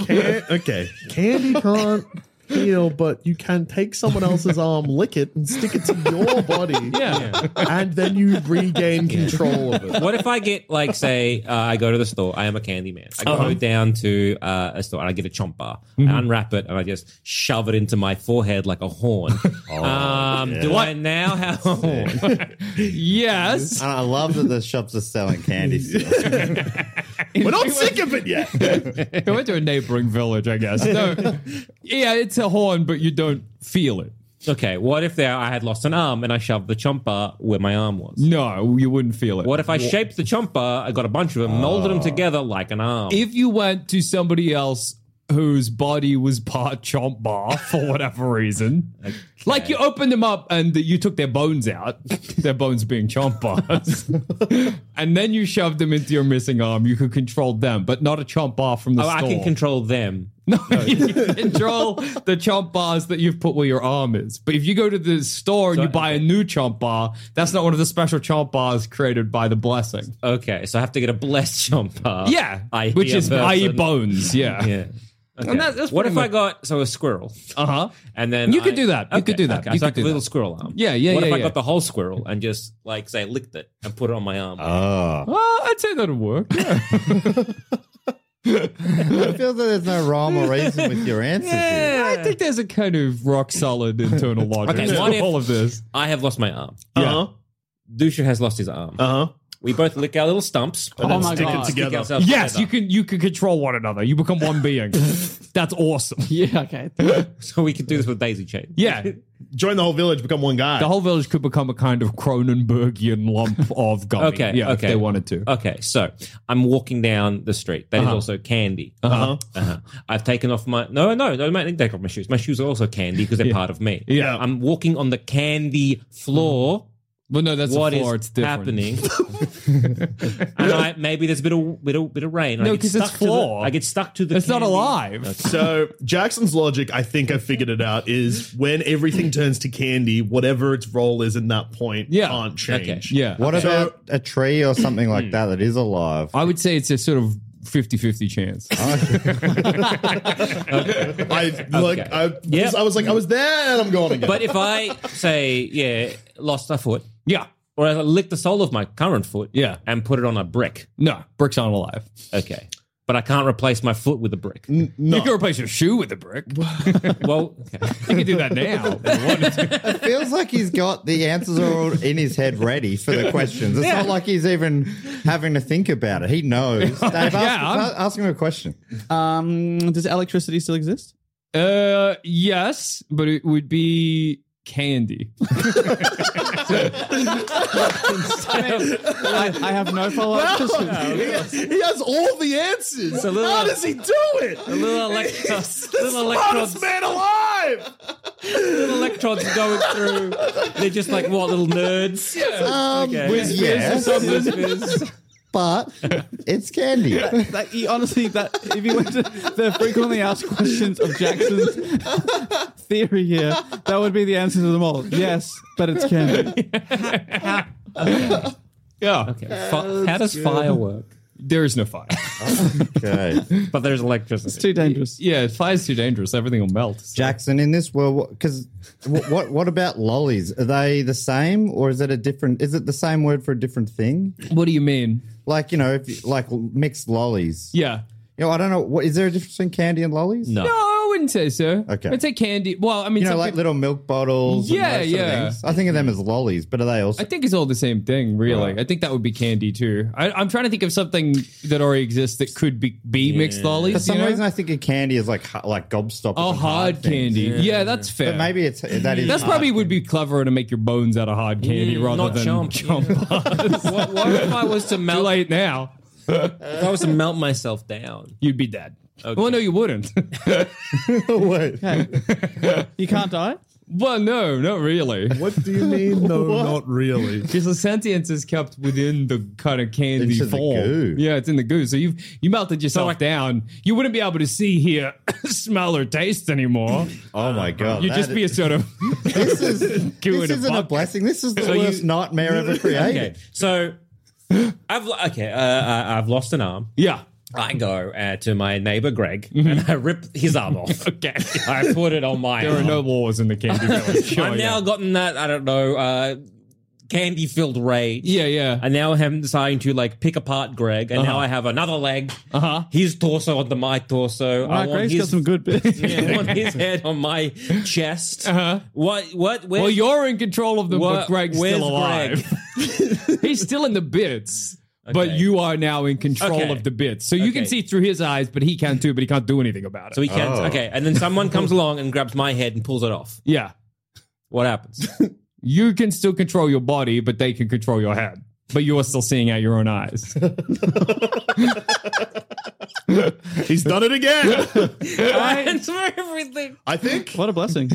Can- okay, candy can't heal, but you can take someone else's arm, lick it, and stick it to your body. Yeah. and then you regain control of it. What if I get like, say, uh, I go to the store. I am a candy man. I go Uh-huh. down to uh, a store and I get a chomp bar. Mm-hmm. I unwrap it and I just shove it into my forehead like a horn. Oh, um, Do I now have a horn? Yes. And I love that the shops are selling candy still. We're not sick of it yet. I went to a neighboring village, I guess. No. Yeah, it's a horn, but you don't feel it. okay. What if there I had lost an arm and I shoved the chomp bar where my arm Mm. was? No, you wouldn't feel it. What if I shaped the chomp bar? I got a bunch of them, molded Oh. them together like an arm. if you went to somebody else whose body was part chomp bar for whatever reason? Like you opened them up and you took their bones out, their bones being chomp bars, and then you shoved them into your missing arm. You could control them, but not a chomp bar from the oh, I store. can control them. No, you control the chomp bars that you've put where your arm is. But if you go to the store and you buy a new chomp bar, that's not one of the special chomp bars created by the blessing. Okay, so I have to get a blessed chomp bar. yeah, Uh, I which hear is i.e. person. bones. Yeah, Yeah. Okay. And that- that's what pretty if I much- got so a squirrel? uh huh. And then You I- could do that. You could do that. Okay. You so could like a do little that. squirrel arm. Yeah, yeah, What if yeah, I yeah. got the whole squirrel and just like say licked it and put it on my arm? Uh, Oh. Well, I'd say that'll work. Yeah. I feel that there's no rhyme or reason with your answers here. I think there's a kind of rock solid internal logic Okay, to what if- all of this. I have lost my arm. Uh huh. Dusha has lost his arm. Uh huh. we both lick our little stumps. Oh my stick God. it together. ourselves Yes, you together. can. You can control one another. You become one being. That's awesome. yeah, okay. So we could do this with daisy chain. Yeah, Join the whole village, become one guy. the whole village could become a kind of Cronenbergian lump of gummy. Okay, yeah, if okay. Uh, they wanted to. Okay, so I'm walking down the street. That is also candy. uh-huh. Uh-huh. I've taken off my no, no, no. I didn't take off my shoes. My shoes are also candy because they're part of me. Yeah. I'm walking on the candy floor. Well, no, that's What a is floor. it's different. happening? and I, maybe there's a bit of bit of, bit of rain. and I No, get 'cause it's stuck to the- floor. I get stuck to the. It's not candy. alive. So Jackson's logic, I think I figured it out, is when everything turns to candy, whatever its role is in that point Yeah. can't Okay. change. Yeah, What So- about a tree or something like that that is alive? I would say it's a sort of 50-50 chance. I like Okay. I, Yep. I was like, I was there and I'm gone again. But if I say, yeah, lost a foot, yeah, or I lick the sole of my current foot, Yeah. and put it on a brick, no, brick's aren't alive. okay. But I can't replace my foot with a brick. You can replace your shoe with a brick. you Well, okay. can do that now. It feels like he's got the answers are all in his head ready for the questions. It's not like he's even having to think about it. He knows. Dave, ask, I'm- a- ask him a question. Um, does electricity still exist? uh, yes, but it would be candy. I, I have no follow up he, has, he has all the answers. a little- How does he do it? little electro, He's the smartest man alive. alive! Little electrons are going through. They're just like what little nerds. Um, Whiz, yes, whiz, whiz, whiz. but it's candy. Like, you- honestly, that if you went to the frequently asked questions of Jackson's theory here, that would be the answer to them all. Yes, but it's candy. Yeah. Okay. Fi- how does fire work? There is no fire. Okay. But there's electricity. Too dangerous. yeah, fire's too dangerous. Everything will melt. Jackson, in this world, because what, what what about lollies? Are they the same, or is it a different? Is it the same word for a different thing? What do you mean? Like you know, if you, like mixed lollies. Yeah. You know, I don't know. What is there a difference between candy and lollies? No. No, I wouldn't say so. Okay. I'd say candy. Well, I mean, You know, some like peop- little milk bottles. and Yeah, those sort of yeah. things. I think of them as lollies, but are they also? I think it's all the same thing, really. Right. I think that would be candy too. I, I'm trying to think of something that already exists that could be, be mixed lollies. For some you know? reason, I think of candy as like ho- like gobstoppers. oh, and hard things. candy. Yeah, that's fair. But maybe it's that is. hard. that's probably would be cleverer to make your bones out of hard candy Mm, rather not than chomp. chomp. what, what if I was to Too melt? late now. If I was to melt myself down. You'd be dead. Well, no, you wouldn't. Wait. You can't die. well, no, not really. What do you mean? No, not really. Because the sentience is kept within the kind of candy It's in the form. goo. Yeah, it's in the goo. So you've you melted yourself down. You wouldn't be able to see, hear, smell, or taste anymore. Oh my god! You'd that just be a is- sort of this is goo this in a isn't a, bucket. blessing. This is the you- worst nightmare ever created. Okay, so I've lo- okay. Uh, I- I've lost an arm. yeah. I go uh, to my neighbor Greg Mm-hmm. and I rip his arm off. Okay. I put it on my. There are arm. no laws in the candy village. Sure, I've now gotten that I don't know uh, candy filled rage. yeah, yeah. I yeah. now am deciding to like pick apart Greg, and now I have another leg, Uh-huh. his torso onto my torso. I Mark want Gray's got his, some good bits. yeah, I want his head on my chest. Uh-huh. What? What? Where, Well, you're in control of them, Wha- but Greg's where's still alive. He's still in the bits. But Okay. you are now in control Okay. of the bits. So you can Okay. see through his eyes, but he can too, but he can't do anything about it. So he can't. Okay, and then someone comes along and grabs my head and pulls it off. yeah. What happens? you can still control your body, but they can control your head. But you are still seeing out your own eyes. He's done it again. I answer everything. I think. What a blessing.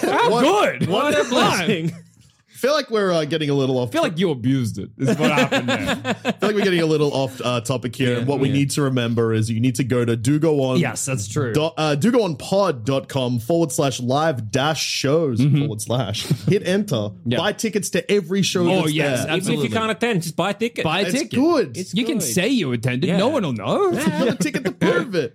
How good! What a Good line. blessing! I feel like we're uh, getting a little off. I feel like you abused it. Is what happened there. I feel like we're getting a little off uh, topic here. and what we need to remember is you need to go to do go on. that's true. dot, uh, dogoonpod.com forward slash live dash shows forward slash hit enter Yeah. buy tickets to every show Oh, that's yes, there. Even if you can't attend, just buy a ticket. Buy a it's ticket. good It's You can good. say you attended. Yeah. No one will know. another ticket to prove it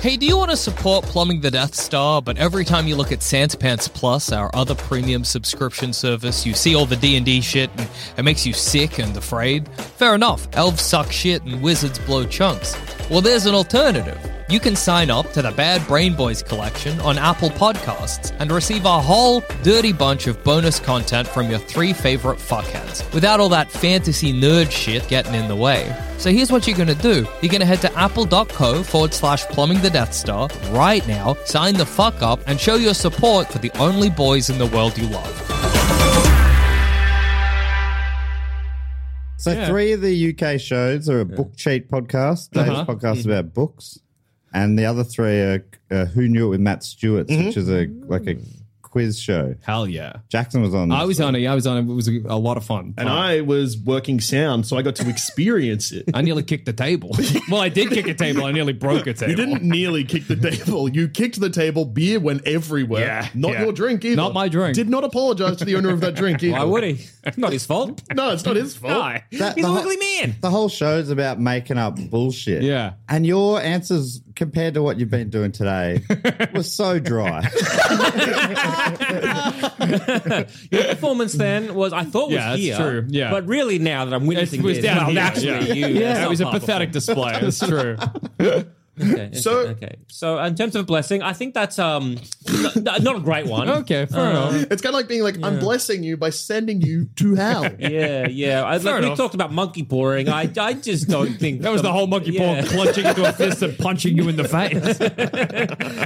Hey, do you want to support Plumbing the Death Star, but every time you look at Sanspants Plus, our other premium subscription service, you see all the D&D shit and it makes you sick and afraid? Fair enough. Elves suck shit and wizards blow chunks. Well, there's an alternative. You can sign up to the Bad Brain Boys collection on Apple Podcasts and receive a whole dirty bunch of bonus content from your three favorite fuckheads without all that fantasy nerd shit getting in the way. So here's what you're going to do. You're going to head to apple.co forward slash plumbing the Death Star right now, sign the fuck up, and show your support for the only boys in the world you love. So three of the UK shows are a book cheat podcast. Dave's Uh-huh. podcast about books, and the other three are uh, Who Knew It with Matt Stewart, Mm-hmm. which is a like a quiz show. Hell yeah! Jackson was on. I this. was on it. I was on it. It was a, a lot of fun. and i was working sound so i got to experience it I nearly kicked the table. well, I did kick a table. I nearly broke a table. you didn't nearly kick the table. You kicked the table. Beer went everywhere. Yeah, not yeah. your drink either. Not my drink. Did not apologize to the owner of that drink either. Why would he? It's not his fault. No, it's not his fault. Die. That- He's the an whole- ugly man. The whole show's about making up bullshit. Yeah. And your answers compared to what you've been doing today were so dry. Your performance then was I thought was Yeah, that's here, true. Yeah. but really now that I'm witnessing It was this, down it's here, actually yeah. you. Yeah, That's it was a not part pathetic display. It's true. Okay, okay, So- okay. So in terms of blessing, I think that's um n- n- not a great one. okay, fair Uh, enough. It's kind of like being like, I'm blessing you by sending you to hell. Yeah, yeah. I, like, we enough. talked about monkey pouring. I, I just don't think That was the whole monkey paw Yeah. clutching into a fist and punching you in the face.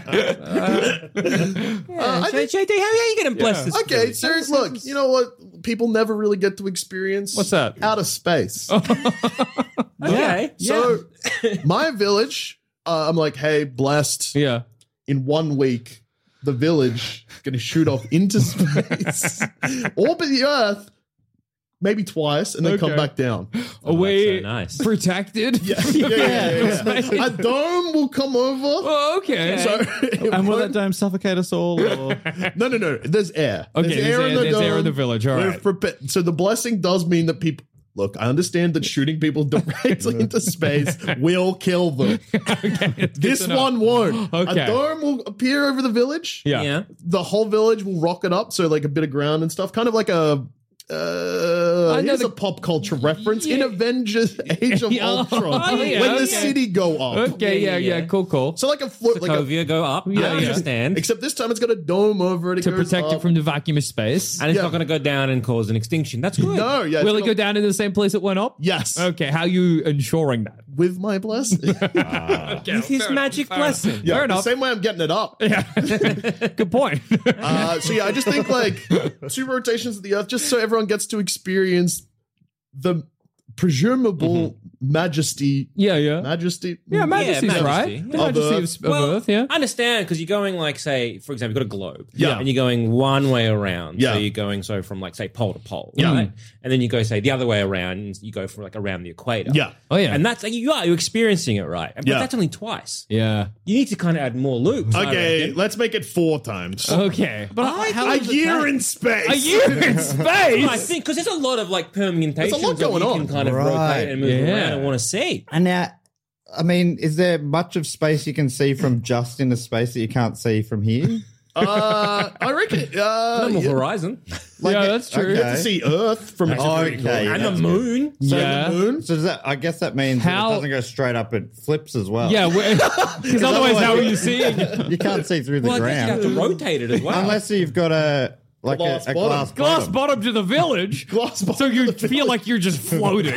Uh, I think- JD, how are you going to bless this? okay, serious. Look, you know what? People never really get to experience What's that? Oh, outer space. Okay. So, my village, uh, I'm like, hey, blessed. Oh, yeah. In one week, the village is going to shoot off into space, orbit the Earth, maybe twice, and then come Okay. back down. Are we so nice. protected? yeah, yeah, yeah, yeah. A dome will come over. Oh, okay. So And will that dome suffocate us all? Or? no, no, no. There's air. Okay, there's air- there's air in the village, all We're right. prepa- so the blessing does mean that people. Look, I understand that shooting people directly into space will kill them. this one won't. Okay. A dome will appear over the village. yeah. yeah. The whole village will rocket up. So like a bit of ground and stuff, kind of like a. Uh, I know here's the- a pop culture reference in Yeah. Avengers: Age of Yeah. Ultron, Oh, yeah, when the okay. city go up. Okay, yeah, yeah, Yeah, yeah, yeah. cool, cool. So like a float, like a, Sokovia go up. Yeah, I yeah. understand. except this time it's got a dome over it. it to goes protect up. it from the vacuum of space. and it's yeah. not going to go down and cause an extinction. That's good. No, oh, yeah. it's Will it gonna- go down in the same place it went up? Yes. Okay, how are you ensuring that? With my blessing. Okay, With his magic blessing. Yeah, Fair the enough. same way I'm getting it up. Good point. Uh, so yeah, I just think like two rotations of the earth, just so everyone gets to experience the presumable Mm-hmm. majesty, yeah, yeah. majesty. Yeah, Majesty's Majesty. right. The Of Majesty Earth. of, s- of Earth, yeah. I understand because you're going like, say, for example, you've got a globe, Yeah. and you're going one way around. Yeah. so you're going so from like say pole to pole, Yeah. right? And then you go say the other way around, and you go from like around the equator, Yeah. Oh, yeah. and that's like you are you're experiencing it right, but Yeah. that's only twice. yeah. You need to kind of add more loops. I Mm. Okay, reckon. Uh, let's make it four times. Okay. But I, a year in space. are you in I space? think because there's a lot of like permutations. There's a lot that going you on. Can kind of Right. rotate and move Yeah. around. I want to see. And now, I mean, is there much of space you can see from just in the space that you can't see from here? Uh, I reckon. Uh, Normal you horizon yeah, that's true. okay. get to see Earth from Okay, yeah. and the moon. yeah. moon. So does that, I guess that means How- it doesn't go straight up; it flips as well. Yeah, because otherwise, how are you seeing? it? you can't see through the Well, I guess you have ground to rotate it as well. unless you've got a like Glass a, a bottom. glass Glass bottom. bottom to the village. Glass bottom So you to the feel like you're just floating.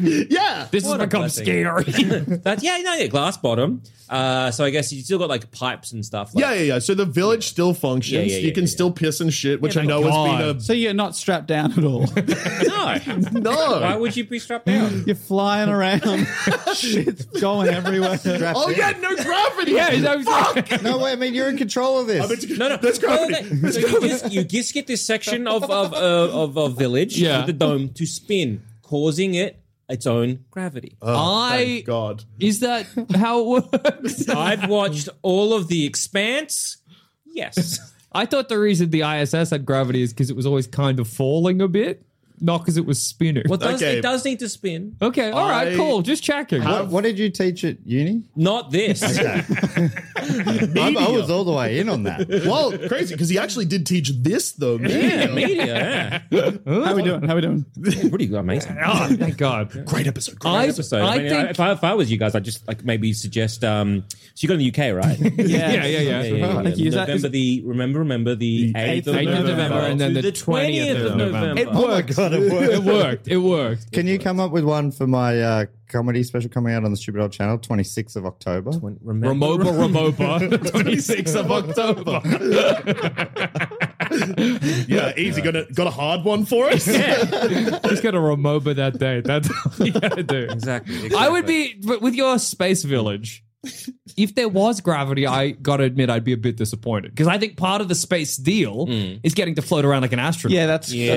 Yeah. This has What a become blessing. scary. That yeah, no, yeah, glass bottom. Uh, so I guess you still got like pipes and stuff. Like, Yeah, yeah, yeah. So the village still functions. Yeah, yeah, you yeah, can yeah, still piss and shit, which I know God. has So you're not strapped down at all. No, been a no. why would you be strapped down? You're flying around. Shit's going everywhere. Oh yeah, no gravity. yeah, is that- No way! I mean, you're in control of this. No, no, That's gravity. No, no, no. So you just, you just get this section of of uh, of a village Yeah. with the dome to spin, causing it its own gravity. I Oh, Thank God. is that how it works? I've watched all of the Expanse. Yes, I thought the reason the ISS had gravity is because it was always kind of falling a bit, not because it was spinning. well, it does, Okay. it does need to spin. Okay, all right, I- cool. Just checking. What, what did you teach at uni? Not this. I, I was all the way in on that. Well, crazy because he actually did teach this though. Yeah, media. Yeah. How we doing? How we doing? Pretty amazing. Oh, thank God. Great episode. I, episode. I I, mean, think. if, I, if I was you guys, I'd just like maybe suggest. Um, so you got in the UK, right? yeah, yeah, yeah. Yeah, yeah, Thank yeah. you. Is that- November is- the remember remember the eighth of, November and then to the 20th of November. It It was Oh my god, it It worked. worked. It worked. Can you come up with one for my uh, comedy special coming out on the Stupid Old Channel, 26th of October? Remoba, Remoba, 26th of October. Yeah, easy. Got a got a hard one for us. Just gonna Remoba that day. That's all you gotta do. exactly, I would be but with your space village. If there was gravity, I gotta admit I'd be a bit disappointed because I think part of the space deal is getting to float around like an astronaut. Yeah, that's Yeah.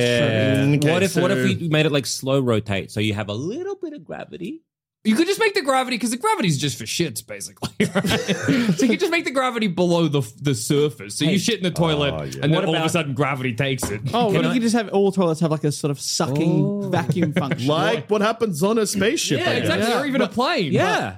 that's true. what if what if we made it like slow rotate so you have a little bit of gravity? You could just make the gravity because the gravity's just for shits, basically. right? so you could just make the gravity below the the surface. So you shit in the toilet, and then all of a about- sudden gravity takes it. Oh, Can but I- Oh. you could just have all toilets have like a sort of sucking vacuum function. Like what happens on a spaceship? yeah, I guess. exactly. Or even a plane. Yeah.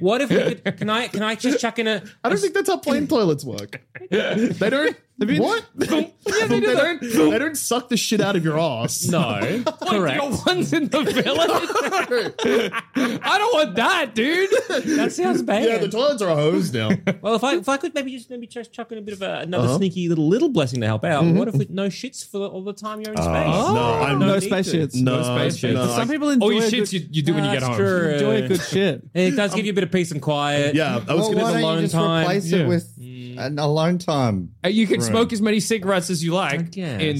what if we could? Can I can I just chuck in a? I don't think that's how plane toilets work. They don't Have you- What? they, don't, they don't suck the shit out of your ass. No, correct. Your one's in the village. I don't want that, dude. That sounds bad. Yeah, the toilets are hosed now. well, if I if I could maybe just maybe just chuck in a bit of a, another sneaky little little blessing to help out. What if with no shits for all the time you're in space? no, I'm- No need space to. shits. no, space shit. no, Some I- people enjoy All your a good, shits you, you do when you get home. That's true. enjoy a good shit. It does give you a bit of peace and quiet. Um, yeah, I was Well, gonna why don't you alone just time. replace Yeah. it with an alone time? Uh, You can smoke as many cigarettes as you like. guess. In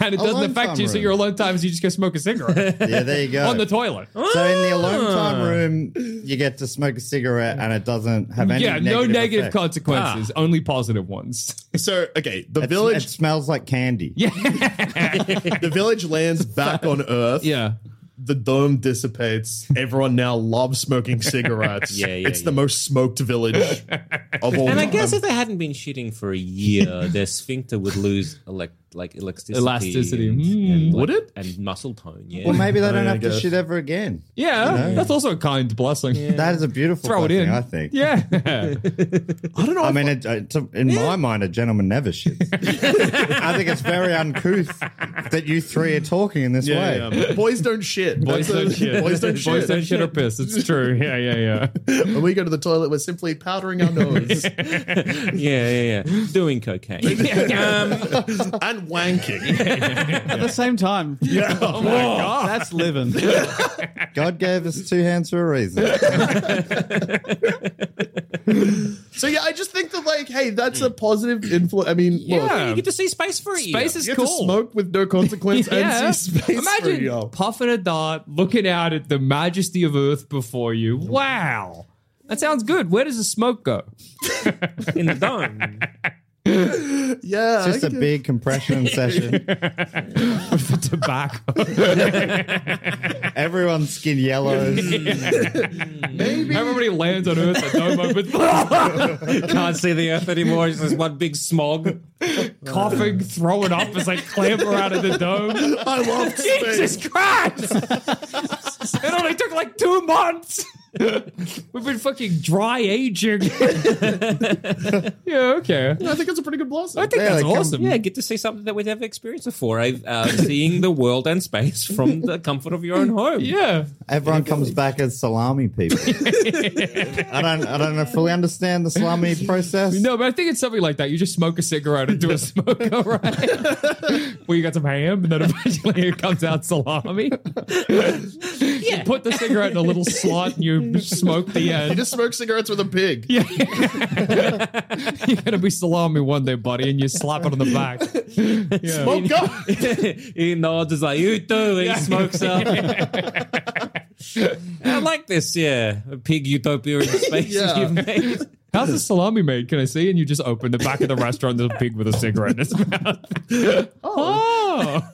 and it doesn't Alone affect time you, so room. your alone time is you just go smoke a cigarette Yeah, there you go. on the Ah. toilet. so in the alone time room, you get to smoke a cigarette, and it doesn't have any. yeah, no negative effect. consequences, only positive ones. So okay, the It's- village It smells like candy. Yeah, the village lands back on Earth. yeah. The dome dissipates. Everyone now loves smoking cigarettes. Yeah, yeah, it's yeah. the most smoked village of all. And I time. guess if they hadn't been shitting for a year, their sphincter would lose elec like elasticity, Elasticity. and, Mm. and, like, Would it? and muscle tone. Yeah, Well, maybe they I don't have to guess. shit ever again. Yeah, that's also a kind blessing. Yeah. That is a beautiful Throw it blessing, in. I think. yeah. I don't know. I if- mean, it, it's a- in my mind, a gentleman never shits. I think it's very uncouth that you three are talking in this way. yeah, yeah, boys don't shit. Boys That's don't a- shit. Boys don't shit. Boys don't shit or piss. It's true. Yeah, yeah, yeah. When we go to the toilet, we're simply powdering our nose yeah, yeah, yeah. Doing cocaine. um, and wanking. At the same time, Yeah. Oh that's living. God gave us two hands for a reason. So yeah, I just think that like, hey, that's a positive influence. I mean, look, you get to see space for a year. Space is you have cool. to smoke with no consequence and see space Imagine for you. puffing a dart, looking out at the majesty of Earth before you. Wow. That sounds good. Where does the smoke go? in the dome. Yeah, Just I a guess. big compression session. For tobacco. Everyone's skin yellows. Everybody lands on Earth, a dome opens, Can't see the Earth anymore. It's just one big smog. Uh. coughing, throwing up as they clamber out of the dome. I love space. Jesus Christ! it only took like two months. We've been fucking dry aging. yeah, okay. I think it's a pretty good blossom. I think Yeah, that's like, come- awesome. Yeah, get to see something that we've never experienced before. eh? Uh, seeing the world and space from the comfort of your own home. yeah. Everyone comes back as salami people. I don't. I don't know, fully understand the salami process. No, but I think it's something like that. You just smoke a cigarette and do a smoke, all right? Where you got some ham, and then eventually it comes out salami. You put the cigarette in a little slot, and you smoke the You end. just smoke cigarettes with a pig. Yeah. You're gonna be salami one day, buddy, and you slap it on the back. Yeah. Smoke up. he nods as like, you do. He smokes up. I like this, yeah. A pig utopia in space Yeah. you've made. How's the salami made? Can I see? And you just open the back of the restaurant. There's a pig with a cigarette in his mouth. Oh.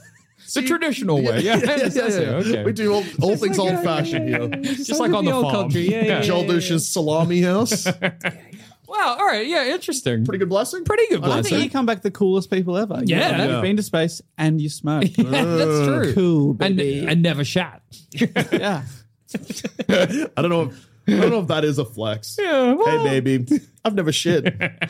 The traditional way, yeah. yes, yes, yeah, okay. We do all, all things uh, old fashioned here. just like on the old farm. country, yeah, yeah, Joel Dush's salami house. Wow. All right. Yeah. Interesting. Pretty good blessing. Pretty good I think blessing. you come back the coolest people ever. Yeah. You've been to space and you smoke. that's true. Cool, And, baby. and never shat. yeah. I don't know. If, I don't know if that is a flex. Hey, baby, I've never shit.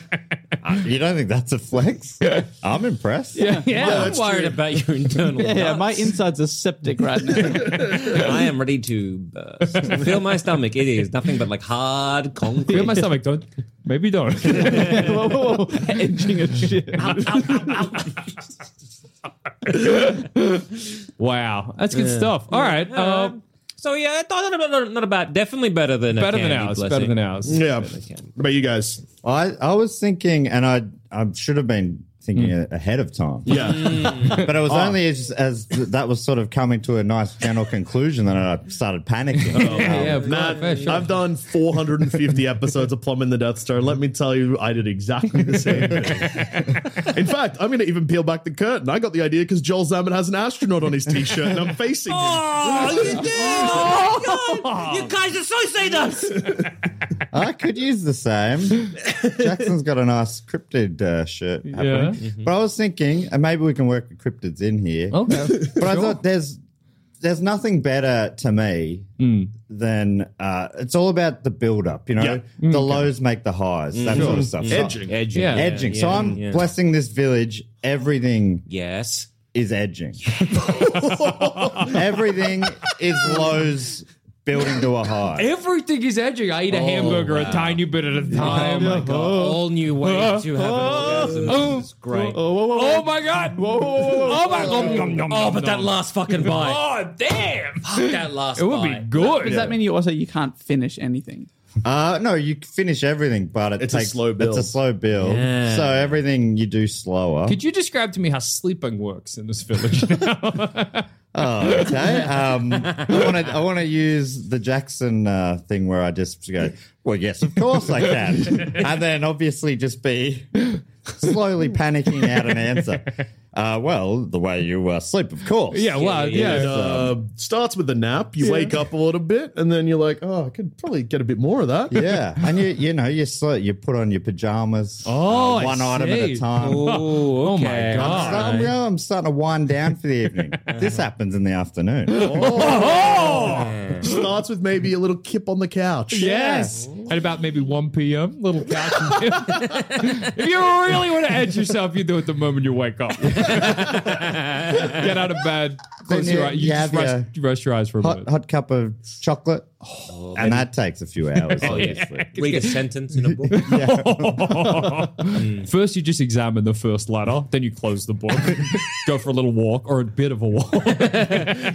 Uh, You don't think that's a flex? I'm impressed. yeah, I'm worried about your internal. Yeah, yeah, nuts. my insides are septic right now. I am ready to burst. Feel my stomach. It is nothing but like hard concrete. Feel my stomach. Don't. Maybe don't. whoa, whoa, whoa. Edging of shit. wow. That's good stuff. All right. Uh, so yeah, not, not, not, not about. Definitely better than better a than candy ours. Blessing. Better than ours. Yeah. What about you guys? I, I was thinking, and I I should have been thinking a ahead Mm, of time. Hmm. Yeah. Oh. But it was only as, as th- that was sort of coming to a nice general conclusion that I started panicking. Oh, Yeah. of Matt, course, fair, sure. I've done 450 episodes of Plumbing the Death Star. Let me tell you, I did exactly the same thing. In fact, I'm going to even peel back the curtain. I got the idea because Joel Zaman has an astronaut on his t shirt and I'm facing him. Oh, you did! Oh, God. You guys associate us. Um, I could use the same. Jackson's got a nice cryptid uh, shirt Oh, happening. But I was thinking, and maybe we can work with cryptids in here. Okay. But I thought there's there's nothing better to me Hmm. than uh, it's all about the build up. You know, Yeah. Hmm. the lows make the highs, that sort of stuff. So- Edging. Edging. Yeah. edging. so Hmm. yeah, I'm yeah. blessing this village. Everything Yes. is edging. Everything is lows building to a high. Everything is edging. I eat a hamburger a tiny bit at a Oh time. my god! All new ways to have an orgasm. Oh. This is great. Oh, whoa, whoa, whoa. Oh my god! Oh my god! Nom, nom, Oh, nom, but that nom. last fucking bite. Oh damn! Fuck that last It would be bite. good. Does that mean you also you can't finish anything? Uh, no, you finish everything, but it It's a takes slow It's a build. slow build. Yeah. So everything you do slower. Could you describe to me how sleeping works in this village? Oh, okay. Um, I want to. I want to use the Jackson uh, thing where I just go, well, yes, of course I can, and then obviously just be slowly panicking out an answer. Uh, well, the way you uh, sleep, of course. yeah, well, yeah. It uh, starts with a nap. You wake up a little bit, and then you're like, "Oh, I could probably get a bit more of that." Yeah, and you you know you slow, you put on your pajamas. Oh, uh, I one item at a see. time. Oh, Oh okay. my I'm, god! starting, well, I'm starting to wind down for the evening. this happens in the afternoon. Oh. Starts with maybe a little kip on the couch. Yes. At about maybe 1 p.m., little couch. if you really want to edge yourself, you do it the moment you wake up. Get out of bed, close Then your you- eyes, you you have your just rest, you rest your eyes for a hot, minute. hot cup of chocolate, Oh. and that takes a few hours. Obviously. Read a sentence in a book. First, you just examine the first letter, then you close the book, go for a little walk or a bit of a walk.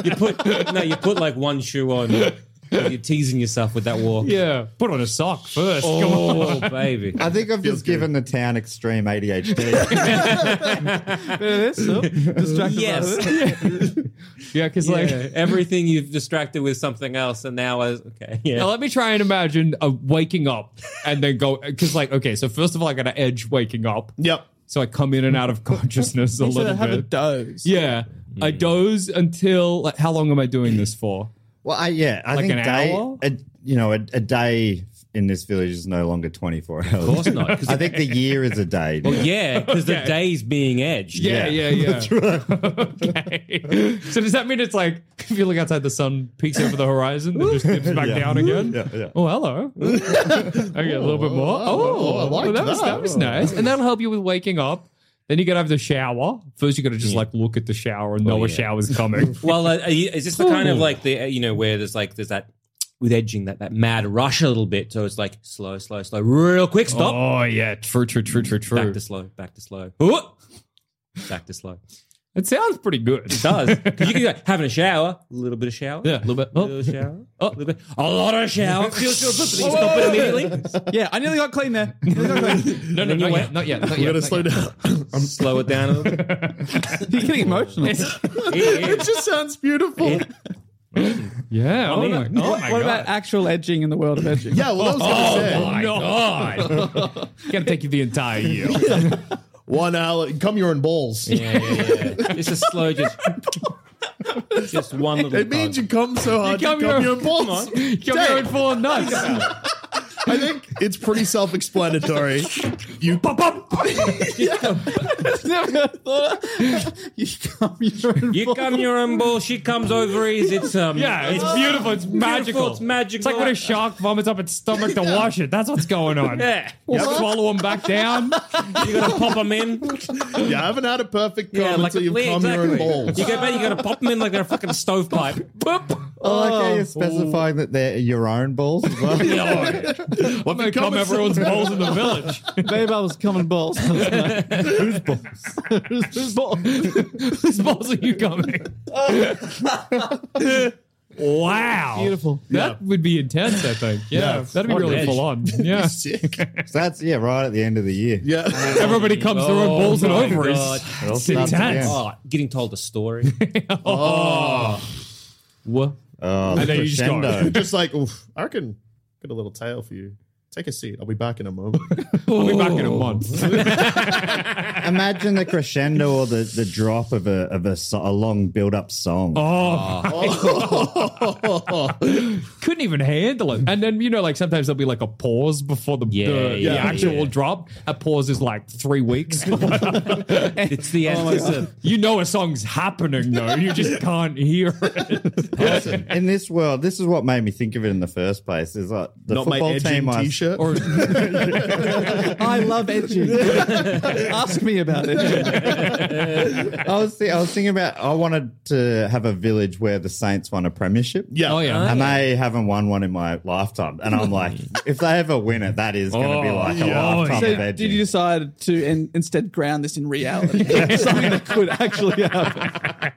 you put no, you put like one shoe on. You're teasing yourself with that walk. yeah, put on a sock first. Come on. Oh, baby. I think I've just given the town extreme ADHD. This so distracted. by Yes. this. Yeah, because Like like. everything you've distracted with something else, and now is okay. Now Yeah. let me try and imagine uh, waking up and then go because like okay so first of all I got to edge waking up Yep. so I come in and out of consciousness a You said little have a bit doze. Yeah. I doze until like, how long am I doing this for? well, I, yeah, I Like think an day, hour? A, you know, a, a day in this village is no longer twenty four hours. Of course not, 'cause- I think the year is a day. Well, yeah, because the day's being edged. Yeah, yeah, Yeah. yeah. okay. So does that mean it's like if you look outside the sun peaks over the horizon then just dips back down again? Yeah, yeah. Oh hello. okay, a little bit more. Oh, oh, I liked well, that, Was, that. that was nice. And that'll help you with waking up. Then you gotta have the shower. First you gotta just like look at the shower and know a shower's coming. Well, uh, are you, is this the kind of like the uh, you know where there's like there's that with edging that that mad rush a little bit, so it's like slow, slow, slow, real quick, stop, Oh yeah, true, true, true, true, true. back to slow, back to slow, Ooh. back to slow. it sounds pretty good. It does because you can go having a shower, a little bit of shower, Yeah, a little bit. a Oh, little shower, a little bit, a lot of shower. Feel so good, but then you stop it immediately. Yeah, I nearly got clean there. no, no, not yet, not yet. Not We yet, gotta not slow yet. down. Slow it down a little bit. You're getting emotional. it just sounds beautiful. Yeah. Oh, in. my, oh my what god. Oh, about actual edging in the world of edging? Yeah, well, I was gonna say god! Gonna take you the entire year. one hour. Come your own balls. Yeah, yeah, yeah. It's a slow, just just one little. It means tug. you come so hard. You come come, your- your own balls. You're going full nuts. I think it's pretty self-explanatory. You pop up. Never thought you come your own You come your own ball, she comes ovaries. It's um, Yeah, it's beautiful. It's magical. It's magical. It's like when a shark vomits up its stomach to wash it. That's what's going on. Yeah. You swallow them back down. You gotta pop them in. You haven't had a perfect cum Yeah, like until you've yeah, come your own exactly. balls. You go back. You gotta pop them in like they're a fucking stovepipe. Boop. I like how you're specifying that they're your own balls as well. I'm gonna come come and- everyone's balls in the village. Babe, I was coming balls. Who's balls? Who's balls? Whose balls are you coming? wow. Beautiful. That would be intense, I think. Yeah. Yeah. That'd be really edge. full on. Yeah. So that's yeah, right at the end of the year. Yeah. Everybody comes their own Oh balls and my ovaries. God. It all It's starts intense. again. Oh, getting told a story. What? Oh, the then you just go. crescendo. Just like, oof, I reckon, got a little tale for you. Take a seat. I'll be back in a moment. I'll be back in a month. Imagine the crescendo or the, the drop of a of a, so- a long build up song. couldn't even handle it. And then you know, like sometimes there'll be like a pause before the, Yeah, the, the yeah, actual yeah. drop. A pause is like three weeks. It's the Oh, end. you know a song's happening though. You just can't hear it. Listen, in this world, this is what made me think of it in the first place. Is like the Not my football edgy team I, t-shirt. Or I love edging. Ask me about edging. I was thi- I was thinking about. I wanted to have a village where the Saints won a premiership. yeah. oh yeah. And they haven't won one in my lifetime. And I'm like, if they ever win it, that is going to be Oh, like a yeah. lifetime So of edging. did you decide to in, instead ground this in reality? Something that could actually happen.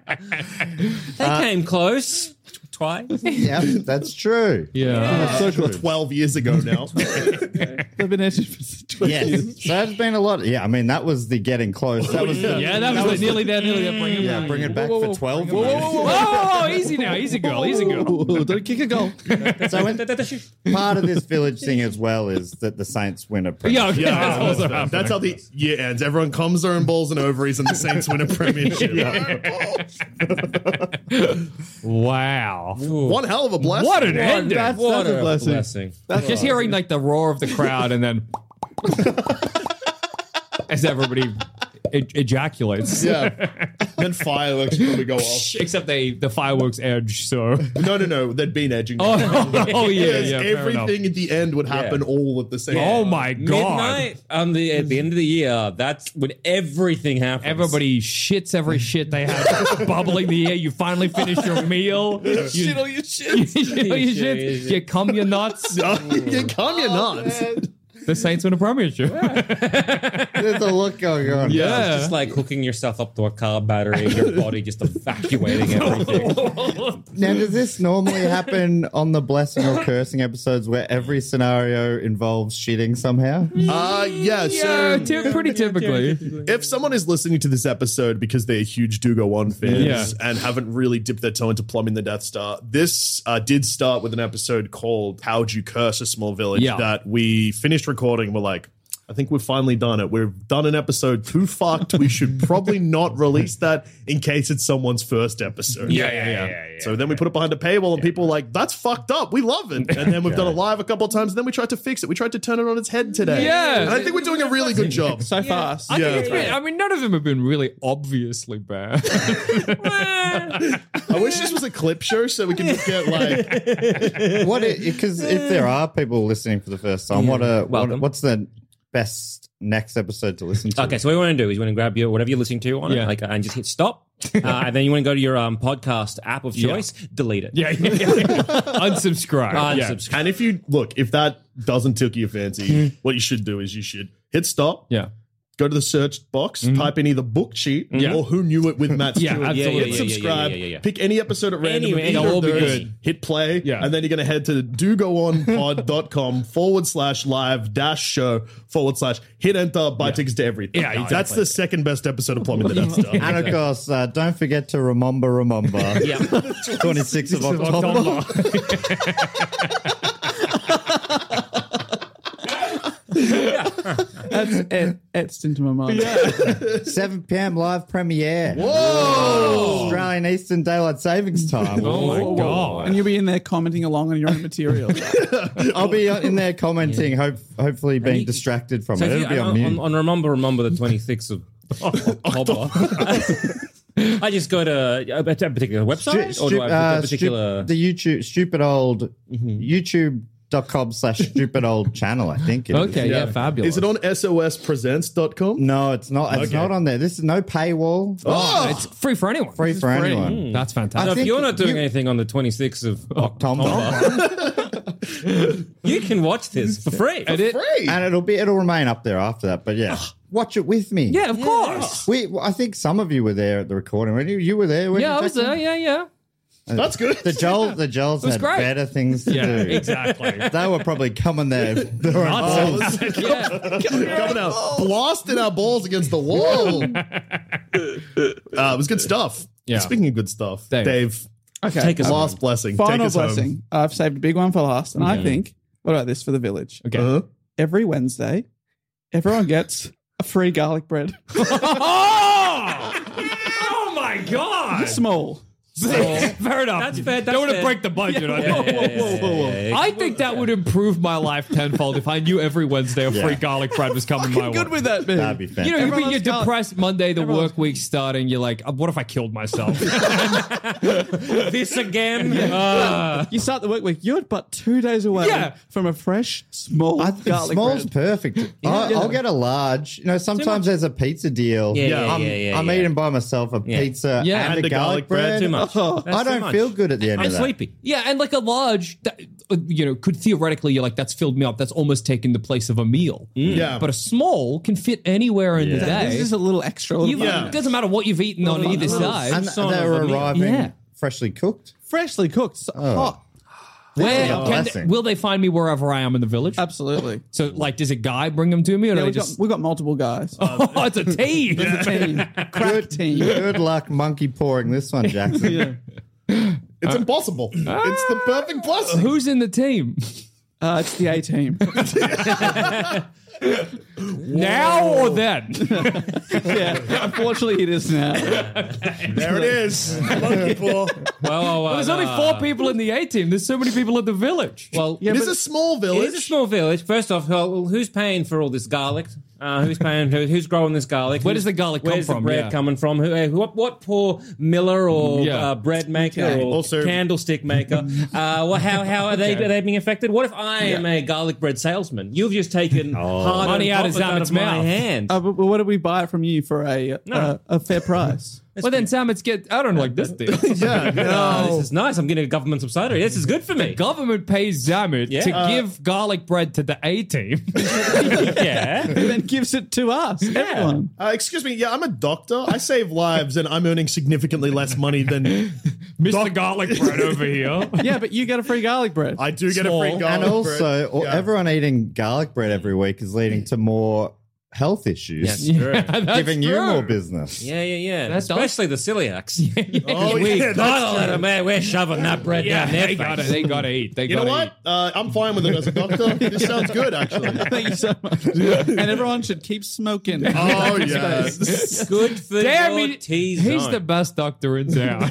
They Uh, came close twice. yeah, that's true. Yeah. so close. 12 years ago now. They've been edging for 12 years. Yes. So that's been a lot. Yeah, I mean, that was the getting close. That was the, Yeah, that was like nearly there, nearly there. Bring it yeah, back. bring it back Whoa, whoa, whoa. for 12 Whoa, whoa, years. whoa, whoa. Oh, easy now, easy girl, easy girl. Ooh, don't kick a goal. So when, part of this village thing as well is that the Saints win a Yeah, premiership. yeah, that's that's, also happening. how the year ends. Everyone comes their own balls and ovaries, and the Saints win a premiership. Wow. Oh, One hell of a blessing. What an That's, ending. that's a blessing. That's just hearing like the roar of the crowd and then as everybody e- ejaculates. Yeah. then fireworks probably go off. Except they the fireworks edge, so No, no, no. They'd been edging. Oh, oh yeah, Yes, yeah. fair enough. everything at the end would happen all at the same Oh time. my god. Midnight on the at the end of the year. That's when everything happens. Everybody shits every shit they have bubbling the air. You finally finish your meal. You shit all your shit. you shit all your shit. You cum your nuts. you come, you're Oh, not. The Saints win a premiership. There's a look going on. Yeah. It's Uh-huh. just like hooking yourself up to a car battery, your body just evacuating everything. Now, does this normally happen on the blessing or cursing episodes where every scenario involves shitting somehow? Uh, yeah, Yeah, so ty- pretty typically. if someone is listening to this episode because they're huge Do Go On fans Yeah. and haven't really dipped their toe into plumbing the Death Star, this uh, did start with an episode called How'd You Curse a Small Village Yeah. that we finished recording. We're like, I think we've finally done it. We've done an episode too fucked. We should probably not release that in case it's someone's first episode. Yeah, yeah, yeah, yeah, So then we put it behind a paywall and people were like, that's fucked up. We love it. And then we've done it live a couple of times and then we tried to fix it. We tried to turn it on its head today. Yeah. And I think we're doing a really good job. So fast. I think Yeah. it's been, I mean, none of them have been really obviously bad. I wish this was a clip show so we can just get like What? Because if there are people listening for the first time, what a what, Welcome. what's the best next episode to listen to? Okay, so what you want to do is you want to grab your whatever you're listening to on Yeah. it, like, and just hit stop, uh, and then you want to go to your um, podcast app of choice, delete it. yeah, yeah, yeah. Unsubscribe. Yeah. unsubscribe. and if you look, if that doesn't tickle your fancy, what you should do is you should hit stop, Mm. Yeah. Mm-hmm. go to the search box, type in either book cheat Yeah. or who knew it with Matt Yeah, Stewart. Hit absolutely. Yeah, yeah, yeah, subscribe, yeah, yeah, yeah. pick any episode at random. Any- of either they'll of all be those, good. Hit play, Yeah. and then you're going to head to dogoonpod.com forward slash live dash show forward slash hit enter by ticks to everything. Yeah, that's exactly. the second best episode of Plumbing the Death Star. And of course, uh, don't forget to remember, remember. Yeah. 26th of October. That's et- etched into my mind. 7 p.m. live premiere. Whoa! Australian Eastern Daylight Savings Time. Oh my And god. you'll be in there commenting along on your own material. I'll be in there commenting, hope, hopefully being you- distracted from So it. if It'll you, be on on, mute. on, on remember, remember the 26th of Oh October. I just go to a, a particular website, Stu- or do stu- I uh, pick a particular? stu- the YouTube, stupid old Mm-hmm. YouTube.com slash stupid old channel, I think. it is. Okay, yeah, fabulous. Is it on sospresents.com? No, it's not. It's Okay. not on there. This is no paywall. Oh, it's free for anyone. Mm. free for anyone. That's fantastic. No, I if think you're not doing you- anything on the 26th of October, October. you can watch this for free. Free. and it'll be it'll remain up there after that. But yeah, watch it with me. Oh. yeah, of course. We, well, I think some of you were there at the recording. Weren't you? You were there. weren't Yeah, you, I was Jackson? there. Yeah, yeah. That's good. The Joel, the Joels had great. better things to do. exactly. They were probably coming there. They were involved. yeah. coming out, blasting our balls against the wall. uh, it was good stuff. Yeah. Speaking of good stuff, Dave. Dave, Okay. Take us last blessing. Final Take us home. blessing. I've saved a big one for last, and I think What about this for the village? Okay. Every Wednesday, everyone gets a free garlic bread. oh! oh my god! Small. fair enough. That's fair, that's Don't want to fair. break the budget. I Yeah, think. yeah, yeah, yeah, yeah. I think that would improve my life tenfold if I knew every Wednesday a free garlic bread was coming my way. Good with that, man. That'd be you know, fantastic. you'd be- Everyone you're loves garlic. depressed Monday, the work week's starting. You're like, "Uh, what if I killed myself? this again. Uh, You start the work week. You're but two days away Yeah. from a fresh, small I think garlic small's bread. perfect. I, I'll get a large. You know, sometimes there's a pizza deal. Yeah, yeah, I'm, yeah, yeah, I'm yeah. eating by myself a pizza Yeah, and, and a the garlic, bread. Too much. Oh, That's I too don't much. feel good at the end I'm of that. sleepy. yeah, and like a large, that, uh, you know, could theoretically, you're like, that's filled me up. That's almost taking the place of a meal. Yeah. But a small can fit anywhere in the This day. is a little extra. You- Yeah. It doesn't matter what you've eaten on either side. And Son they of a were meal. arriving Yeah. freshly cooked. Freshly cooked, so Oh. hot. Where is a can they, blessing. will they find me wherever I am in the village? Absolutely. so, like, does a guy bring them to me, or Yeah, do they we've, just? got, we've got multiple guys. oh, it's a team. Team. Crack team. Good luck, monkey pouring this one, Jackson. It's impossible. it's the perfect blessing. Who's in the team Uh, it's the A team. now or then? yeah. Unfortunately, it is now. There it is. Monkey paw. There's only uh, four people in the A team. There's so many people in the village. Well, it is a small It village. is a small village. First off, who- who's paying for all this garlic? Uh, who's paying? who- Who's growing this garlic? Where does the garlic come Where's from? the bread Yeah. Mm, coming from? Who, eh, what, what poor miller or Yeah. uh, bread maker or Also- candlestick maker? uh, well, how how are they are they being affected? What if I am a garlic bread salesman? You've just taken hard Oh. Money earned out of profits out Zamet's of my mouth. Oh, hand. Uh, but, but what did we buy from you for a uh, a fair price? well then Sam, it's get. I don't like this thing. Oh, this is nice. I'm getting a government subsidiary. This is good for me. Government pays Zamet Yeah. to Uh, give garlic bread to the A team. yeah. and then gives it to us, everyone. Uh, excuse me. Yeah, I'm a doctor. I save lives, and I'm earning significantly less money than Mr. Garlic Bread over here. Yeah, but you get a free garlic bread. I do get a free Small. garlic and also, bread. all- Yeah. everyone eating garlic bread every week is leading to more health issues, That's giving you true. more business. Yeah, yeah, yeah. That's Especially the celiacs. Oh, we yeah, that's gotta let 'em, eh, We're shoving that bread Yeah, down their they got to. face. They got to eat. They You know gotta what? eat. Uh, I'm fine with it as a doctor. This sounds good, actually. Thank you so much. and everyone should keep smoking. Oh yes. Good for Damn your it! T He's zone. the best doctor in town.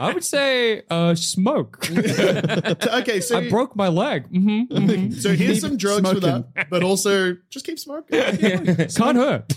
I would say uh, smoke. okay, so I broke my leg. hmm so here's some drugs for smoking. that, but also just keep smoking. Can't hurt.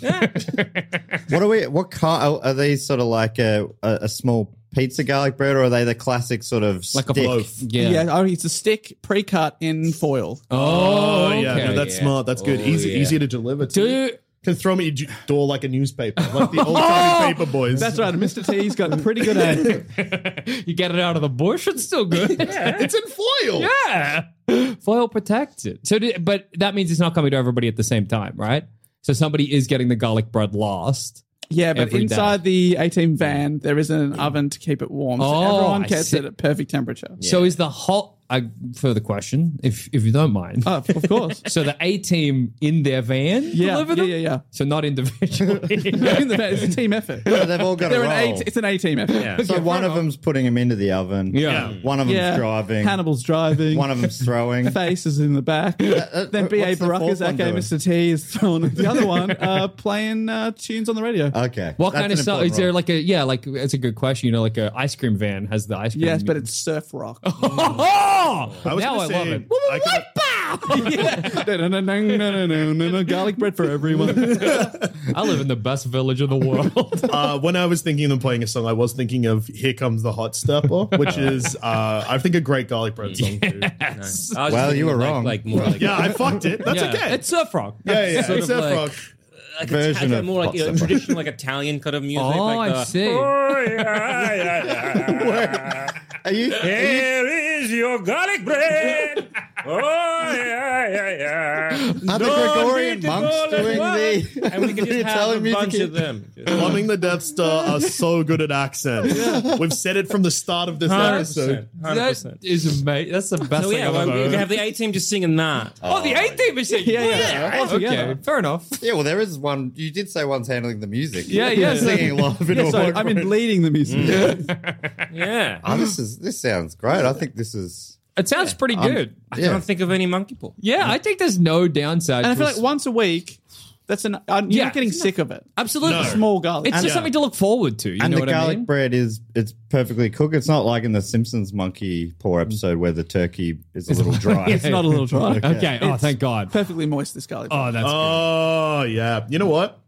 What are we? What car are, are these? Sort of like a, a a small pizza garlic bread, or are they the classic sort of Like a stick? loaf. Yeah, oh, it's a stick pre-cut in foil. Oh, Oh yeah, okay. Oh, no, that's smart. That's good. Easy, easier to deliver. To Do- can throw them at your ju- door like a newspaper, like the old Oh, timey paper boys. That's right, Mr. T's got pretty good at it. you get it out of the bush. It's still good. It's in foil. Yeah. Foil protects it. So, did, but that means it's not coming to everybody at the same time, right? So somebody is getting the garlic bread last. Yeah, but Every day. inside the 18 van, there is an oven to keep it warm. So Oh, everyone I gets see. it at perfect temperature. So is the hot? I further question, if if you don't mind. Oh, of course. so the A team in their van Yeah, deliver yeah, them. yeah, yeah. So not individually. In the van, it's a team effort. So they've all got a They're an role. A, it's an A team effort. so one of them's putting them into the oven. Yeah. One of them's Yeah, driving. Hannibal's driving. One of them's throwing. face is in the back. then what's B.A. the Baraka's fourth one okay, doing? Mr. T is thrown at the other one, uh, playing uh, tunes on the radio. okay. What That's kind an of stuff? important Is there role. like a yeah? Like it's a good question. You know, like a ice cream van has the ice cream. yes, but it's surf rock. Oh, I was now gonna I say, love it. I could- Da-da-da-da-da-da-da-da-da-da. Garlic bread for everyone. I live in the best village in the world. uh, when I was thinking of playing a song, I was thinking of "Here Comes the Hot Stepper," which is uh, I think a great garlic bread song. Too. I was Well, thinking you were like- wrong. Like more like Yeah, I fucked it. That's Yeah. okay. It's surf rock. yeah, yeah, sort it's of a like- frog. like version Italian, of more like hot you know, supper. traditional like Italian kind of music. Oh, like I the, see. Oh, yeah, yeah, yeah. Are you? Here is your garlic bread. Oh yeah, yeah, yeah. Are the Don't Gregorian need to monks go doing like the? what? And we the can just have a Italian bunch music? of them. Plumbing the Death Star are so good at accents. We've said it from the start of this episode. 100%. 100%. That is amazing. That's the best so thing yeah, I've well, ever we heard. can have the A team just singing that. oh, the A team is singing. Yeah, yeah, all Okay, together. fair enough. Yeah, well, there is one. You did say one's handling the music. Yeah, yeah. Singing live in Yeah, a so vocal- Mm. I'm in leading the music. Yeah. Oh, this is this sounds great. I think this is It sounds pretty good. I can't think of any monkey paw. yeah, I think there's no downside. And I to feel a s- like once a week, that's an. Uh, you're Yeah. not getting sick of it. absolutely Small garlic. It's just something to look forward to. You and know the what garlic I mean? bread is it's perfectly cooked. It's not like in the Simpsons monkey paw episode where the turkey is a little dry. it's not a little dry. Okay. Oh, It's thank God. Perfectly moist. This garlic. bread. Oh, that's. good. Oh yeah. You know what?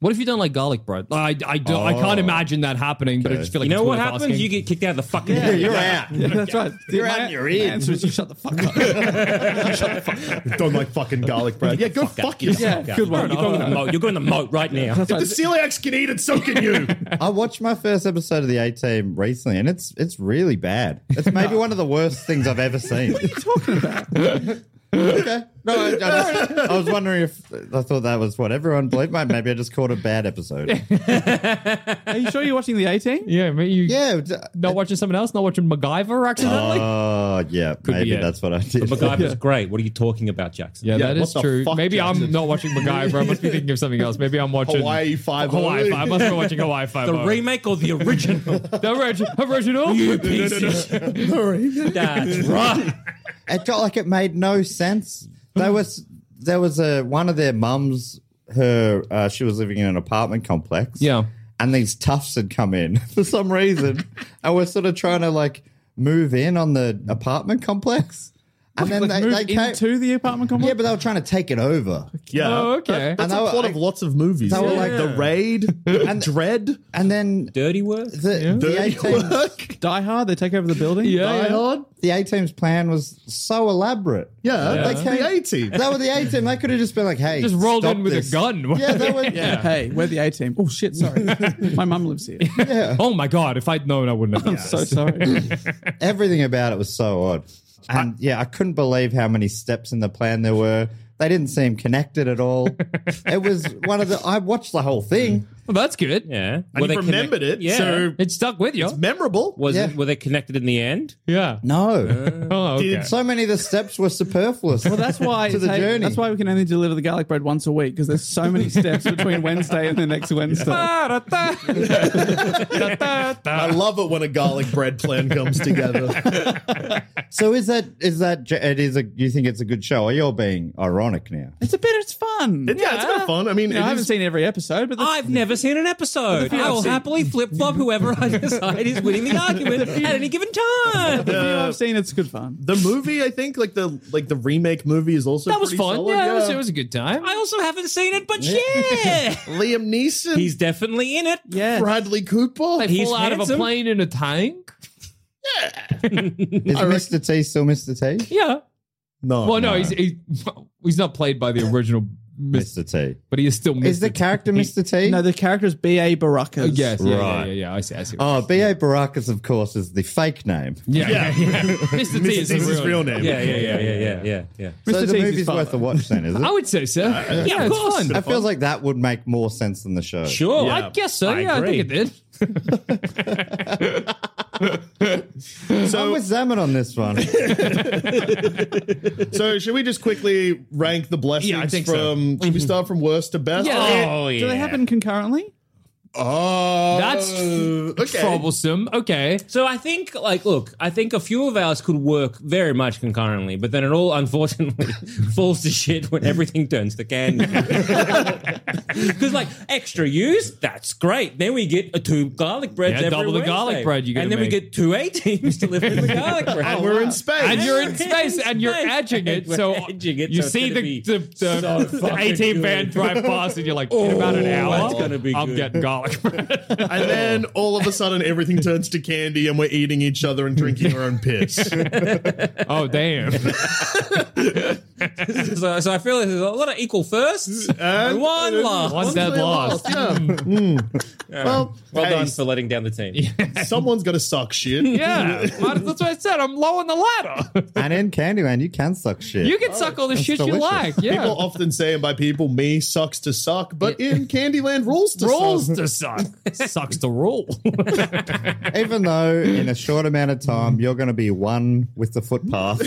What if you don't like garlic bread? I I don't. I can't imagine that happening. But I just feel You like know it's what worth happens? asking. You get kicked out of the fucking. You're out. Yeah, that's right. You're out and you're in. answer is you shut the fuck up. Don't like fucking garlic bread. Yeah, go fuck yourself. yeah, good You're one. going in the moat. You're going in the moat right now. If the celiacs can eat it, so can you. I watched my first episode of the A Team recently, and it's it's really bad. It's maybe one of the worst things I've ever seen. what are you talking about? okay, no, I, I, just, I was wondering if I thought that was what everyone believed. Mate, Maybe I just called a bad episode. Are you sure you're watching the 18? yeah, mate, you yeah. d- not watching someone else, not watching MacGyver accidentally. Oh, yeah. maybe it. that's what I did. MacGyver's great. What are you talking about, Jackson? yeah, yeah, that what is the true. fuck, Maybe I'm Jackson? not watching MacGyver. I must be thinking of something else. Maybe I'm watching Hawaii Five-O. Hawaii Five. I must be watching Hawaii Five. The remake or the original? the origi- original. That's right. it felt like it made no sense. There was there was a one of their mums. Her uh, she was living in an apartment complex. Yeah. and these toughs had come in for some reason, and we're sort of trying to like move in on the apartment complex, and then Like they, move they came. into the apartment complex. yeah, but they were trying to take it over, Yeah. Oh, okay. That's And they a were plot like- of lots of movies. they were like- the raid and dread. and then Dirty word. the the A Dirty team work. Die Hard. They take over the building. Yeah, Die yeah. Hard. the A team's plan was so elaborate. Yeah, They that's came- the A team. They were the A team. They could have just been like, "Hey, Just rolled stop in with this. a gun. Yeah, they were. Hey, we're the A team. Oh shit, sorry. My mum lives here. Oh my god! If I'd known, I wouldn't have. So sorry. Everything about it was so odd. And yeah, I couldn't believe how many steps in the plan there were. They didn't seem connected at all. it was one of the. I watched the whole thing. Well, that's good. Yeah. And you remembered it, Yeah. so It stuck with you. it's memorable. was Yeah. it, were they connected in the end? Yeah. No, Oh, okay. so many of the steps were superfluous. Well, That's why. to the hey, journey. That's why we can only deliver the garlic bread once a week because there's so many steps between Wednesday and the next Wednesday. I love it when a garlic bread plan comes together. so is that is that it is a? You think it's a good show? Or you're being ironic now? It's a bit. It's fun. yeah, it's kind of fun. I mean, You it know, I is- haven't seen every episode, but the, I've never seen an episode. I will happily flip flop whoever I decide is winning the argument at any given time. Oh, the few I've seen, it's good fun. the movie. I think like the like the remake movie is also That was pretty fun. solid, yeah, It, was, it was a good time. I also haven't seen it, but yeah. Liam Neeson, He's definitely in it. Yeah. Bradley Cooper. They He's fall out of a handsome. plane in a tank. Is Mr. T still Mr. T? Yeah. no, Well, no, he's he, he's not played by the original, Mr. Mr. T. but he is still Mr. Is the character Mr. T? No, the character is B.A. Baracus. Oh, Yes, yeah, yeah, Right. yeah, yeah. I see, I see. Oh, B.A. Baracus, of course, is the fake name. yeah, yeah, yeah. Mr. T is This his is his real, real name. name. Yeah, yeah, yeah, yeah, yeah, yeah, yeah. so Mr. T's the his movie's father. worth a watch then, is it? I would say so. yeah, yeah, it's of course. fun. It feels like that would make more sense than the show. Sure. I Yeah. guess so. I yeah, I think it agree. did. I'm with Zaman on this one. So should we just quickly rank the blessings Yeah, I think so. Mm-hmm. from? Should we start from worst to best? Yeah. yeah. Do they happen concurrently? Uh, Oh, That's okay. troublesome. Okay. So I think, like, look, I think a few of ours could work very much concurrently, but then it all unfortunately falls to shit when everything turns to candy. Because, like, extra use, that's great. Then we get a two garlic breads Yeah, every double the garlic Wednesday. bread you gotta and then we make. get two A teams to live in the garlic bread. And we're in space. And you're in in space and you're space. edging it. We're So edging it, you so it's see gonna the, be the, the, so the fucking 18 van good. Oh, drive past and you're like, in about an hour, that's gonna be I'm good. getting garlic bread. And then all of a sudden, everything turns to candy, and we're eating each other and drinking our own piss. oh, damn. so, so I feel like there's a lot of equal firsts and, And- one last. One dead loss. Yeah. Mm. Mm. Well, well hey, done for letting down the team. someone's gonna suck shit. Yeah. Might as- That's what I said. I'm low on the ladder. and in Candyland, you can suck shit. You can suck all the shit you delicious. like. Yeah. People often say, and by people, me sucks to suck, but in Candyland, rules to Rules suck. to suck. Sucks to rule. Even though in a short amount of time, you're going to be one with the footpath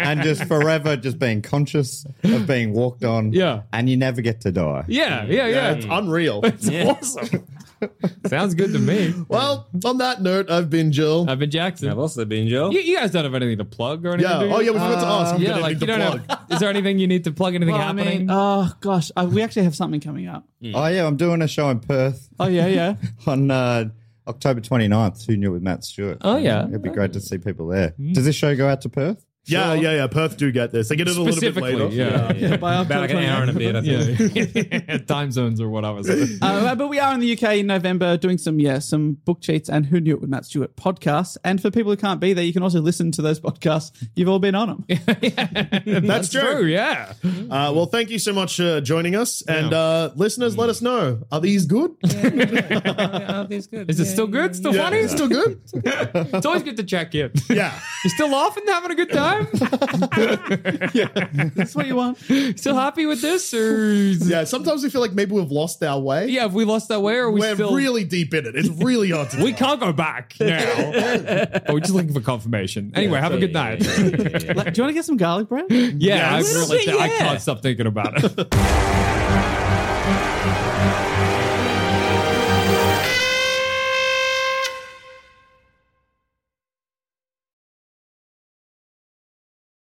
and just forever just being conscious of being walked on. Yeah. And you never get to die. Yeah, yeah, yeah. It's unreal. It's awesome. Sounds good to me. Well, on that note, I've been Jill. I've been Jackson. I've also been Joel. You, you guys don't have anything to plug or anything? yeah. do you? Uh, Oh, yeah. We forgot to ask. We've yeah. got Like you anything to don't plug. have. Is there anything you need to plug? Anything Well, I happening? mean, oh gosh, I, we actually have something coming up. Hmm. Oh, yeah, I'm doing a show in Perth Oh yeah, yeah. on uh, October 29th. Who knew with Matt Stewart? Oh, yeah. Mm. It'd be great to see people there. Does this show go out to Perth? Yeah, yeah, yeah. Perth do get this. They get it a little bit Specifically, later. yeah. yeah by About like an hour and a bit, I think. yeah. Time zones or whatever. So. Uh, but we are in the UK in November doing some yeah some book cheats and Who Knew It with Matt Stewart podcasts. And for people who can't be there, you can also listen to those podcasts. You've all been on them. That's, true. Oh, yeah. Uh, well, thank you so much for joining us. And uh, listeners, let us know. Are these good? Is it still good? Still Yeah. funny? Is it Still good? It's always good to check in. Yeah. You still laughing, having a good time? That's what you want. Still happy with this? Or yeah. Yeah. Sometimes we feel like maybe we've lost our way. have we lost our way or are we We're still really deep in it. It's really hard to We can't go back now. but we're just looking for confirmation. Anyway, have a good night. Yeah, Like, do you want to get some garlic bread? I Yes. really Yeah. I can't stop thinking about it.